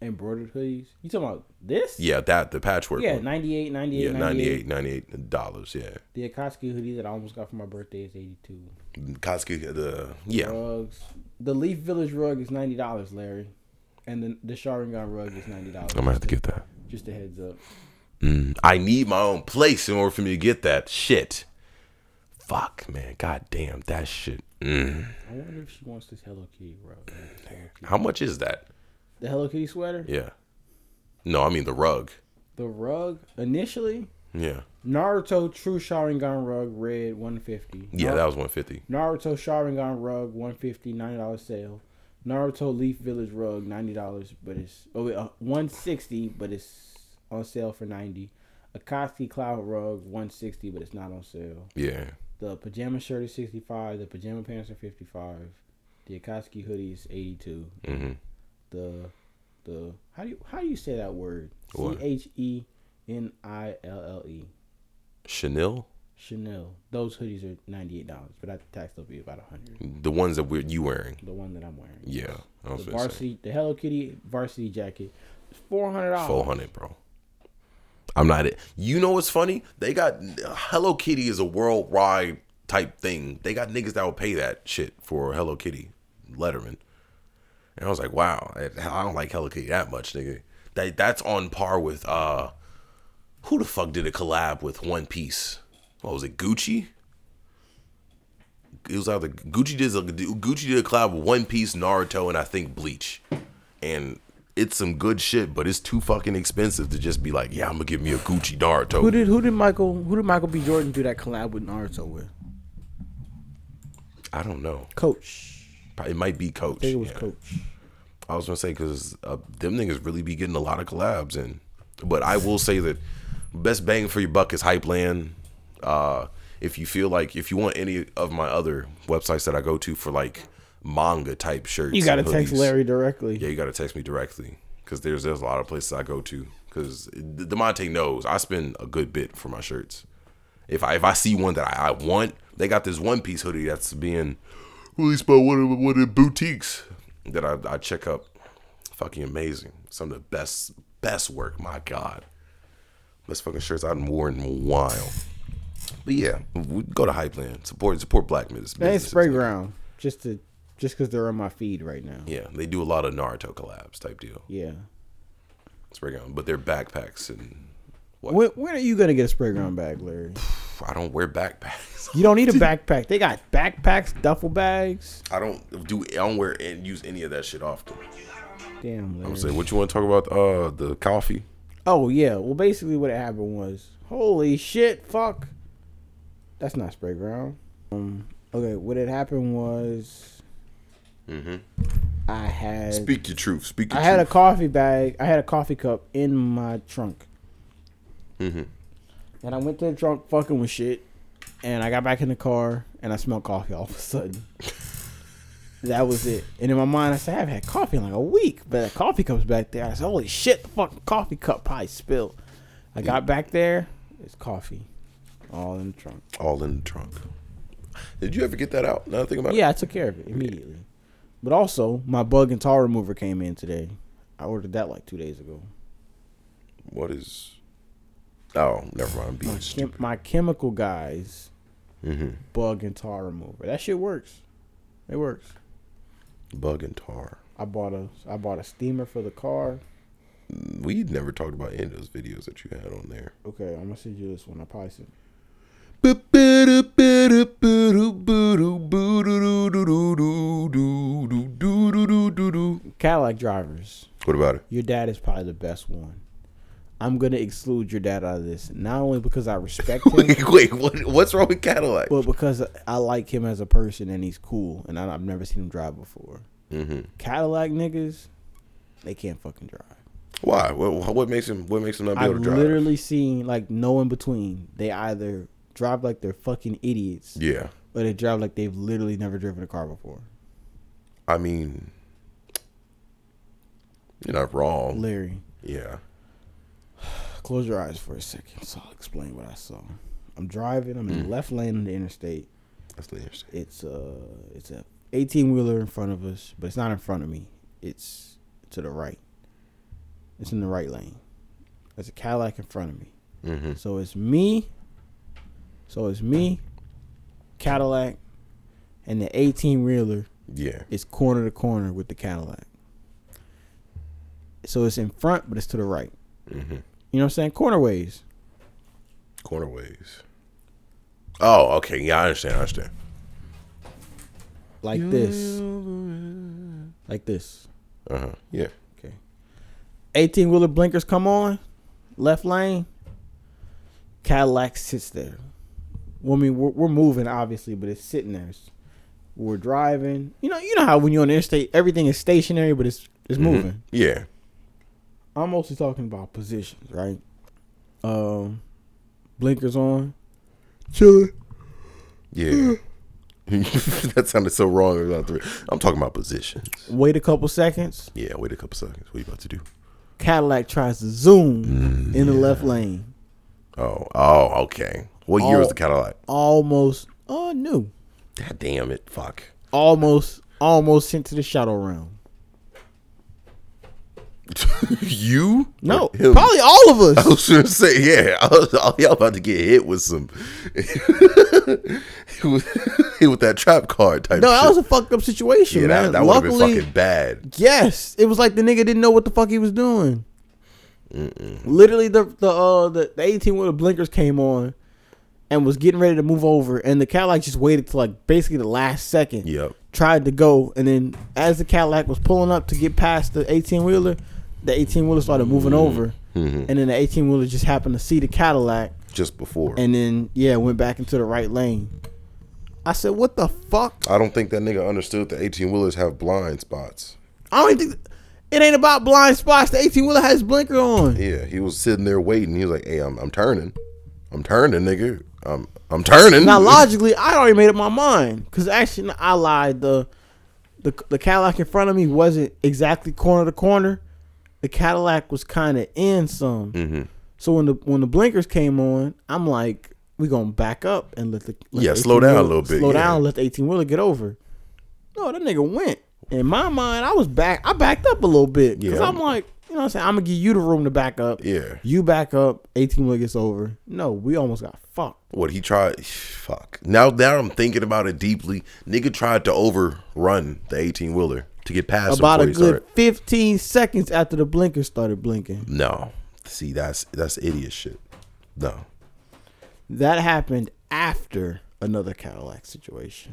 embroidered hoodies. You talking about this?
Yeah, that the patchwork.
Yeah,
one.
98, 98,
yeah, 98
98.
98 dollars. Yeah,
The Akatsuki hoodie that I almost got for my birthday is 82.
Koski uh, the yeah.
Rugs. The Leaf Village rug is $90, Larry. And the, the Sharingan rug is $90.
I'm gonna have to get that.
Just a heads up.
Mm, I need my own place in order for me to get that shit. Fuck, man. God damn, that shit. Mm.
I wonder if she wants this Hello Kitty rug.
How much is that?
The Hello Kitty sweater?
Yeah. No, I mean the rug.
The rug, initially,
Yeah.
Naruto True Sharingan rug, red, 150
Yeah, that was 150.
Naruto Sharingan rug 150 ninety dollars sale. Naruto Leaf Village rug ninety dollars, but it's oh wait, uh, one sixty, but it's on sale for ninety. Akatsuki Cloud rug one sixty, but it's not on sale.
Yeah.
The pajama shirt is sixty five. The pajama pants are fifty five. The Akatsuki hoodie is eighty two.
Mm-hmm.
The the how do you how do you say that word? C
What?
H E N I L L E.
Chanel?
Chanel. Those hoodies are ninety eight dollars, but I taxed will be about a hundred.
The ones that we're, you wearing.
The one that I'm wearing.
Yeah. I was gonna say.
the varsity, the Hello Kitty varsity jacket. It's four hundred dollars.
Four hundred, bro. I'm not it. You know what's funny? They got Hello Kitty is a worldwide type thing. They got niggas that will pay that shit for Hello Kitty Letterman. And I was like, wow, I I don't like Hello Kitty that much, nigga. That that's on par with uh, who the fuck did a collab with One Piece? What was it, Gucci? It was either Gucci did a Gucci did a collab with One Piece, Naruto, and I think Bleach and it's some good shit, but it's too fucking expensive to just be like, yeah, I'm gonna give me a Gucci
Who
Naruto.
did who did Michael who did Michael B. Jordan do that collab with Naruto with?
I don't know.
Coach.
Probably- It might be Coach.
I think it was
yeah.
Coach.
I was gonna say because uh, them niggas really be getting a lot of collabs, and but I will say that best bang for your buck is Hype Land. Uh, if you feel like if you want any of my other websites that I go to for like manga type shirts,
You gotta
and
text
hoodies,
Larry directly.
Yeah, you gotta text me directly because there's there's a lot of places I go to because Demonte knows I spend a good bit for my shirts. If I if I see one that I, I want, they got this one piece hoodie that's being released by one of one of the boutiques that I, I check up. Fucking amazing! Some of the best best work. My God, best fucking shirts I've worn in a while. But yeah, we go to Hypeland. Support support black men.
That ain't spray ground. Just to just cause they're on my feed right now.
Yeah, they do a lot of Naruto collabs type deal.
Yeah.
spray gun, but they're backpacks and what?
When, when are you gonna get a spray ground bag, Larry?
I don't wear backpacks.
You don't need a backpack. They got backpacks, duffel bags.
I don't do. I don't wear and use any of that shit often.
Damn, Larry.
I'm saying, what you want to talk about? Uh, the coffee.
Oh yeah. Well, basically what happened was, holy shit, fuck. That's not spray ground. Um. Okay. What had happened was, I had
Speak your truth. Speak your
I had a
truth.
coffee bag. I had a coffee cup in my trunk. And I went to the trunk, fucking with shit, and I got back in the car and I smelled coffee all of a sudden. that was it. And in my mind, I said, I haven't had coffee in like a week, but that coffee cup's back there. I said, holy shit, the fucking coffee cup probably spilled. I got back there, it's coffee, all in the trunk.
all in the trunk. Did you ever get that out? Now that I think about
Yeah, I took care of it immediately. But also, my bug and towel remover came in today. I ordered that like two days ago.
it. What is? Oh, never mind. I'm being
Chem-
stupid.
my chemical guys
Mhm.
bug and tar remover. That shit works. It works.
Bug and tar.
I bought a I bought a steamer for the car.
We never talked about any of those videos that you had on there.
Okay, I'm gonna send you this one. I probably sent. Cadillac drivers.
What about it?
Your dad is probably the best one. I'm gonna exclude your dad out of this, not only because I respect him,
Wait, wait what, what's wrong with Cadillac?
but because I like him as a person and he's cool, and I, I've never seen him drive before.
Mhm.
Cadillac niggas, they can't fucking drive.
Why? What, what makes him? What makes him not be
I've
able to drive?
literally seen like no in between. They either drive like they're fucking idiots,
Yeah,
or they drive like they've literally never driven a car before.
I mean, you're not wrong.
Larry,
Yeah,
close your eyes for a second, so I'll explain what I saw. I'm driving. I'm
Mm.
in the left lane of the interstate.
that's interesting.
It's a it's a 18 wheeler in front of us, but it's not in front of me. It's to the right. It's in the right lane. There's a Cadillac in front of me. So it's me. So it's me, Cadillac, and the 18 wheeler
Yeah.
is corner to corner with the Cadillac. So it's in front, but it's to the right. You know what I'm saying? Cornerways.
Cornerways. Oh, okay. Yeah, I understand. I understand.
like this. Like this.
Uh huh. Yeah.
18 wheeler blinkers come on, left lane. Cadillac sits there. Well, I mean, we're, we're moving obviously, but it's sitting there. It's- we're driving. You know, you know how when you're on the interstate, everything is stationary, but it's it's moving.
Yeah.
I'm mostly talking about positions, right? Um, blinkers on, chilling.
Yeah. that sounded so wrong. about three. I'm talking about positions.
Wait a couple seconds.
Yeah. Wait a couple seconds. What are you about to do?
Cadillac tries to zoom in the left lane.
Oh. Oh. Okay. What year was
Oh.
the Cadillac?
almost oh new
God damn it. Fuck.
almost almost sent to the shadow realm
you?
no
Or him?
probably all of
I
us
was gonna say, yeah, I was, I- y'all about to get hit with some hit with that trap card type.
no that
shit.
was a fucked up situation
yeah,
man
that, that would have been
luckily
fucking bad.
yes it was like the nigga didn't know what the fuck he was doing literally the the uh the, the 18 where the blinkers came on and was getting ready to move over and the Cadillac just waited till like basically the last second
Yep.
tried to go, and then as the Cadillac was pulling up to get past the eighteen wheeler, the eighteen wheeler started
Mm-hmm.
moving over, and then the eighteen wheeler just happened to see the Cadillac,
Just before,
and then yeah, went back into the right lane. I said, "What the fuck?
I don't think that nigga understood that eighteen wheelers have blind spots.
I don't even think it ain't about blind spots. The eighteen wheeler has blinker on.
Yeah, he was sitting there waiting. He was like, "Hey, I'm I'm turning, I'm turning, nigga, I'm I'm turning."
Now logically, I already made up my mind because actually, no, I lied. The the the Cadillac in front of me wasn't exactly corner to corner. The Cadillac was kind of in some.
Mm-hmm.
So when the when the blinkers came on, I'm like, we gonna back up and let the let
Yeah,
the
slow down a
18-wheeler
little bit,
Slow
yeah.
down, let the 18 wheeler get over. No, that nigga went. In my mind, I was back. I backed up a little bit because
Yeah.
I'm like, you know, what I'm saying I'm gonna give you the room to back up.
Yeah.
you back up. 18 wheeler gets over. No, we almost got fucked.
What he tried, fuck. Now that I'm thinking about it deeply, nigga tried to overrun the eighteen wheeler to get past him
about
before
a
he
good 15 seconds after the blinker started blinking.
No. See, that's that's idiot shit. No.
That happened after another Cadillac situation.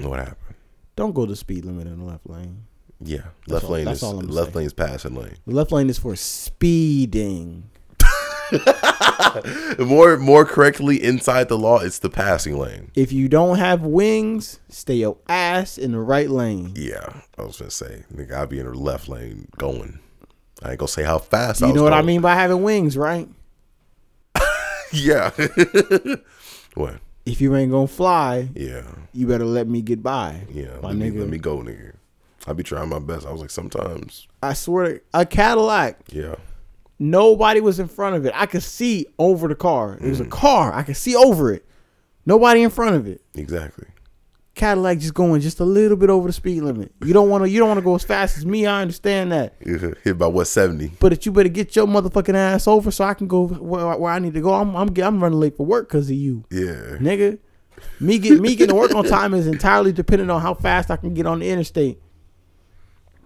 What happened?
Don't go the speed limit in the left lane.
Yeah. Left
all-
lane
that's
is
all I'm
left
saying.
lane is passing lane.
The left lane is for speeding.
More more correctly inside the law, it's the passing lane.
If you don't have wings, stay your ass in the right lane.
Yeah. I was gonna say, nigga, I'd be in the left lane going. I ain't gonna say how fast I
You
was
know what I
going.
mean by having wings, right?
Yeah. what?
If you ain't gonna fly,
Yeah.
you better let me get by.
Yeah.
my
Let me,
nigga.
let me go, nigga. I be trying my best. I was like, sometimes.
I swear to a Cadillac.
Yeah.
Nobody was in front of it. I could see over the car. It was
Mm.
a car. I could see over it. Nobody in front of it.
Exactly.
Cadillac just going just a little bit over the speed limit. You don't want to. You don't want to go as fast as me. I understand that,
Hit by what seventy?
but if you better get your motherfucking ass over so I can go where, where I need to go. I'm I'm I'm running late for work because of you,
Yeah.
nigga. Me get me getting to work on time is entirely dependent on how fast I can get on the interstate.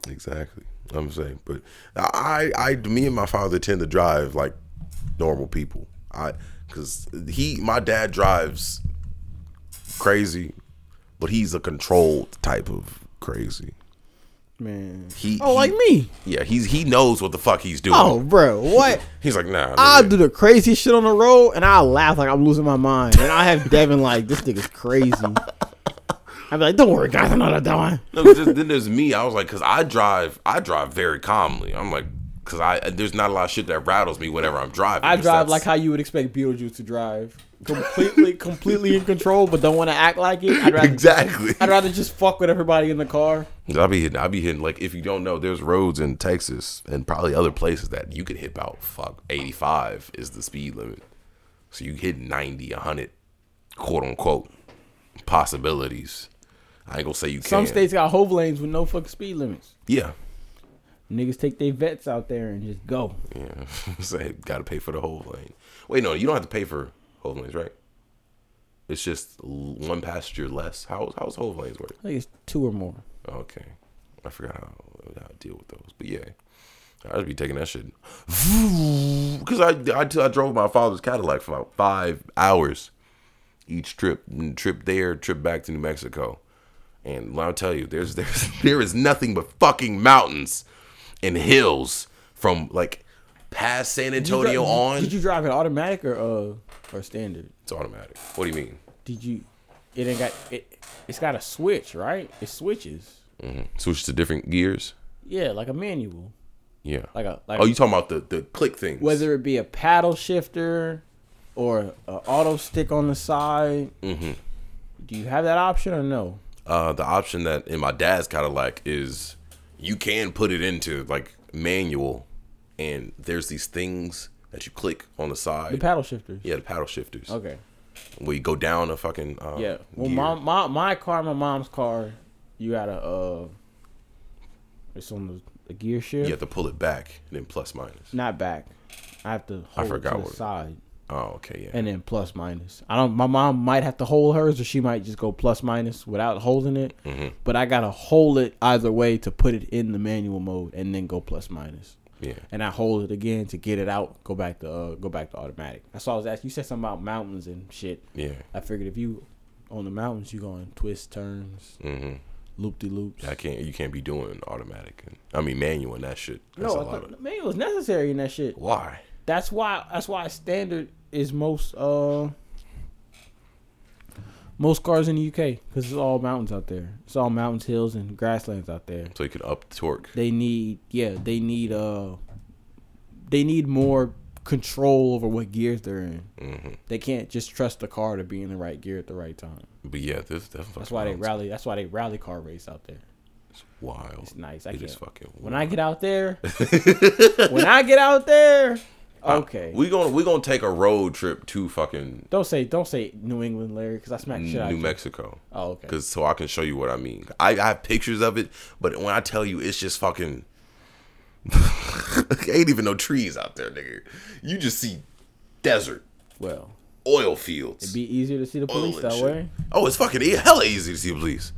Exactly. I'm saying, but I, I, me and my father tend to drive like normal people. I, cause he, my dad drives crazy, but he's a controlled type of crazy.
Man.
He,
Oh,
he-
like me.
Yeah, he's he knows what the fuck he's doing.
Oh, bro, what?
he's like, nah.
I'll
nigga.
do the craziest shit on the road and I'll laugh like I'm losing my mind. And I have Devin like, this nigga's crazy. I'll be like, don't worry, guys, I know what I'm doing.
No, 'cause then- then there's me. I was like, cause I drive, I drive very calmly. I'm like, cause I there's not a lot of shit that rattles me whenever I'm driving.
I
'cause
drive
that's-
like how you would expect Beetlejuice to drive. Completely, completely in control, but don't want to act like it. I'd rather,
exactly.
I'd rather just fuck with everybody in the car.
I'll be hitting. I'll be hitting. Like if you don't know, there's roads in Texas and probably other places that you can hit about fuck 85 is the speed limit. So you hit 90, 100, quote unquote possibilities. I ain't gonna say you
Some
can't.
states got hove lanes with no fucking speed limits.
yeah,
Niggas take their vets out there and just go.
Yeah, so I got to pay for the whole lane. Wait, no, you don't have to pay for whole lanes, right? It's just l- one passenger less. How how's whole lanes work?
I think it's two or more.
Okay, I forgot how, how to deal with those. But yeah, I'd be taking that shit because I, I I drove my father's Cadillac for about five hours each trip, trip there, trip back to New Mexico. And I'll tell you, there's there's there is nothing but fucking mountains and hills from like past San
Did you dri-
Antonio
did you-
on.
Did you drive it automatic or uh or standard?
it's automatic. What do you mean?
Did you? It ain't got it. It's got a switch, right? It switches.
Switch to different gears.
Yeah, like a manual.
Yeah.
Like a- like-
oh, you talking about the the click things?
Whether it be a paddle shifter or an auto stick on the side. Mm-hmm. Do you have that option or no?
uh, the option that in my dad's Cadillac is you can put it into like manual, and there's these things that you click on the side.
The paddle shifters.
yeah, the paddle shifters.
Okay.
Where you go down a fucking uh,
Yeah. Well,
gear.
my, my my car, my mom's car, you gotta uh, it's on the, the gear shift,
You have to pull it back, and then plus minus.
not back. I have to hold it
forgot
to the
what-
side
Oh, okay, yeah.
and then plus minus. I don't. My mom might have to hold hers, or she might just go plus minus without holding it.
Mm-hmm.
But I gotta hold it either way to put it in the manual mode, and then go plus minus.
yeah,
And I hold it again to get it out. Go back to uh, go back to automatic. I saw I was asking. You said something about mountains and shit.
yeah.
I figured if you on the mountains, you going twist turns,
Mhm.
loop de loops.
I can't. You can't be doing automatic. And, I mean manual and that shit. That's
No,
a
I
lot
thought
of,
manual is necessary in that shit.
why?
That's why. That's why standard is most uh most cars in the UK because it's all mountains out there. It's all mountains, hills, and grasslands out there.
So you can up the torque.
They need yeah. They need uh they need more control over what gears they're in. They can't just trust the car to be in the right gear at the right time.
But yeah, this, that's,
That's why they rally. That's why they rally car race out there.
Wild.
It's nice. I
It
can't.
is fucking
when I get out there, when I get out there, okay.
We gonna we gonna take a road trip to fucking
don't say don't say New England, Larry, because I smack shit out.
New
you.
Mexico.
Oh, okay.
Cause so I can show you what I mean. I, I have pictures of it, but when I tell you, it's just fucking. ain't even no trees out there, nigga. You just see desert,
Well,
oil fields.
be easier to see the police
oil and
that
shit.
way.
Oh, it's fucking e- hella easy to see police.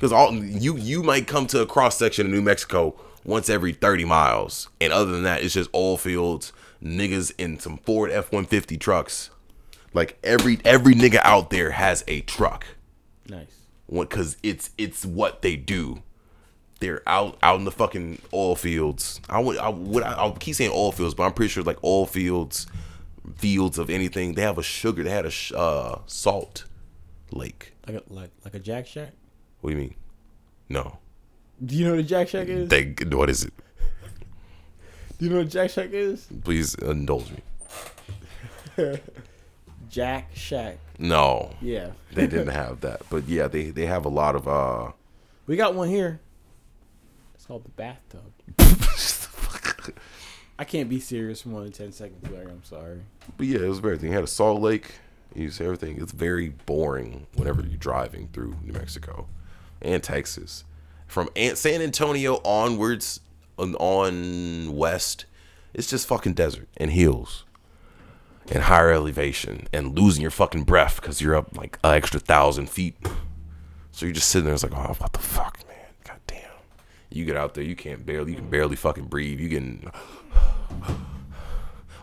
Cause all you you might come to a cross section in New Mexico once every thirty miles, and other than that, it's just oil fields, niggas in some Ford F one fifty trucks. Like every every nigga out there has a truck
Nice.
because it's it's what they do. They're out out in the fucking oil fields. I would I would I, I keep saying oil fields, but I'm pretty sure like oil fields, fields of anything. They have a sugar. They had a sh- uh, salt lake.
Like a like like a Jack Shack.
What do you mean? No.
Do you know what a Jack Shack is? Do
They what is it?
you know what a Jack Shack is?
Please indulge me.
Jack Shack.
No.
Yeah.
They didn't have that. But yeah, they they have a lot of uh
We got one here. It's called the bathtub. I can't be serious for more than ten seconds, Larry. I'm sorry.
But yeah, it was everything. You had a salt lake. You see everything. It's very boring whenever you're driving through New Mexico and Texas. From An- San Antonio onwards on, on west, it's just fucking desert and hills and higher elevation and losing your fucking breath because you're up like an extra thousand feet. So you're just sitting there, it's like, oh, what the fuck, man? God damn. You get out there, you can't barely, you can barely fucking breathe. You can.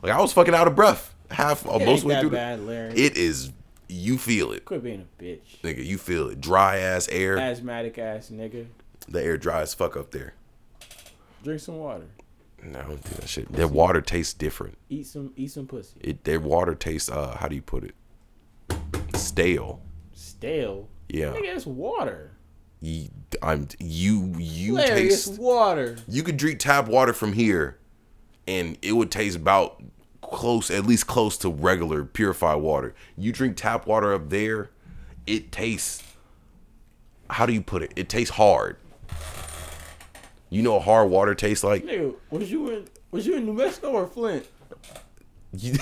Like I was fucking out of breath half uh,
It
most
ain't
way
that
through. the-
bad, Larry.
it is. You feel it,
Quit being a bitch.
nigga. You feel it. Dry ass air.
Asthmatic ass nigga.
the air dry as fuck up there.
Drink some water.
No, I don't do that shit. Their water tastes different.
Eat some eat some pussy.
It their water tastes. Uh, how do you put it? Stale.
Stale.
Yeah.
Nigga, it's water.
You, I'm you. You
Larry, it's
taste.
water.
You could drink tap water from here, and it would taste about close, at least close to regular purified water. You drink tap water up there, it tastes. How do you put it? It tastes hard. You know what hard water tastes like?
Nigga, was you in was you in New Mexico or Flint?
You-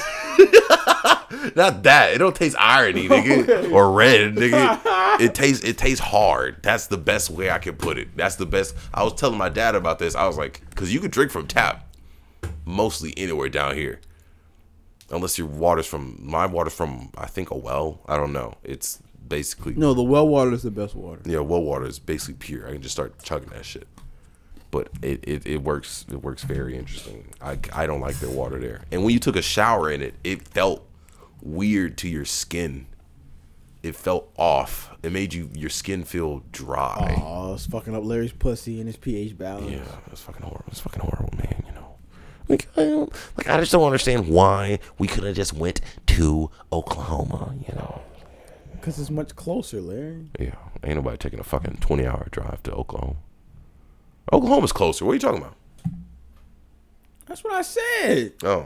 Not that. It don't taste irony, nigga, or red, nigga. It tastes it tastes hard. That's the best way I can put it. That's the best. I was telling my dad about this. I was like, because you can drink from tap, mostly anywhere down here, unless your water's from my water's from I think a well. I don't know. It's basically
No, the well water is the best water.
yeah, well water is basically pure. I can just start chugging that shit. But it, it, it works it works very interesting. I, I don't like their water there. And when you took a shower in it, it felt weird to your skin. It felt off. It made you your skin feel dry.
Oh, it's fucking up Larry's pussy and his pH balance.
Yeah, it's fucking horrible. It's fucking horrible, man. You know, like I, don't, like I just don't understand why we could have just went to Oklahoma. You know.
Cause it's much closer, Larry.
Yeah, ain't nobody taking a fucking twenty hour drive to Oklahoma. Oklahoma's closer. What are you talking about?
That's what I said.
Oh,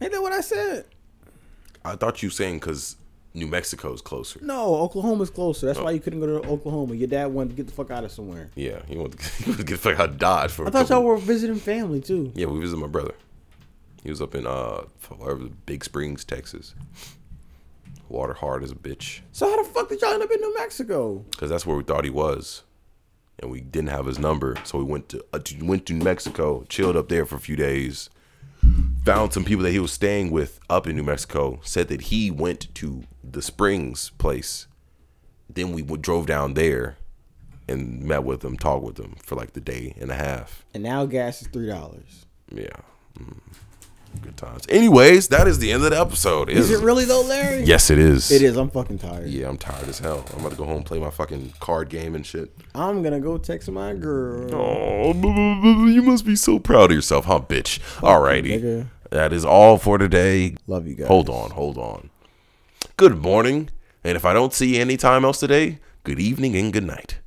Ain't that what I said?
I thought you saying because New Mexico's closer.
No, Oklahoma's closer. That's why you couldn't go to Oklahoma. Your dad wanted to get the fuck out of somewhere.
Yeah, you want to get the fuck out of Dodge for. a
I thought
couple-
y'all were visiting family too.
Yeah, we visited my brother. He was up in uh, wherever, Big Springs, Texas. Water hard as a bitch,
So how the fuck did y'all end up in New Mexico?
because that's where we thought he was, and we didn't have his number, so we went to, uh, to went to New Mexico, chilled up there for a few days, found some people that he was staying with up in New Mexico. Said that he went to the Springs place, then we w- drove down there, and met with him, talked with him for like the day and a half.
And now gas is three dollars.
Yeah. Mm. Good times. Anyways, that is the end of the episode.
Is it really though, Larry?
Yes, it is.
It is. I'm fucking tired.
Yeah, I'm tired as hell. I'm about to go home and play my fucking card game and shit.
I'm gonna go text my girl.
Oh, b- b- b- you must be so proud of yourself, huh, bitch? Alrighty.
nigga.
That is all for today.
Love you guys.
Hold on, hold on. Good morning. And if I don't see you anytime else today, good evening and good night.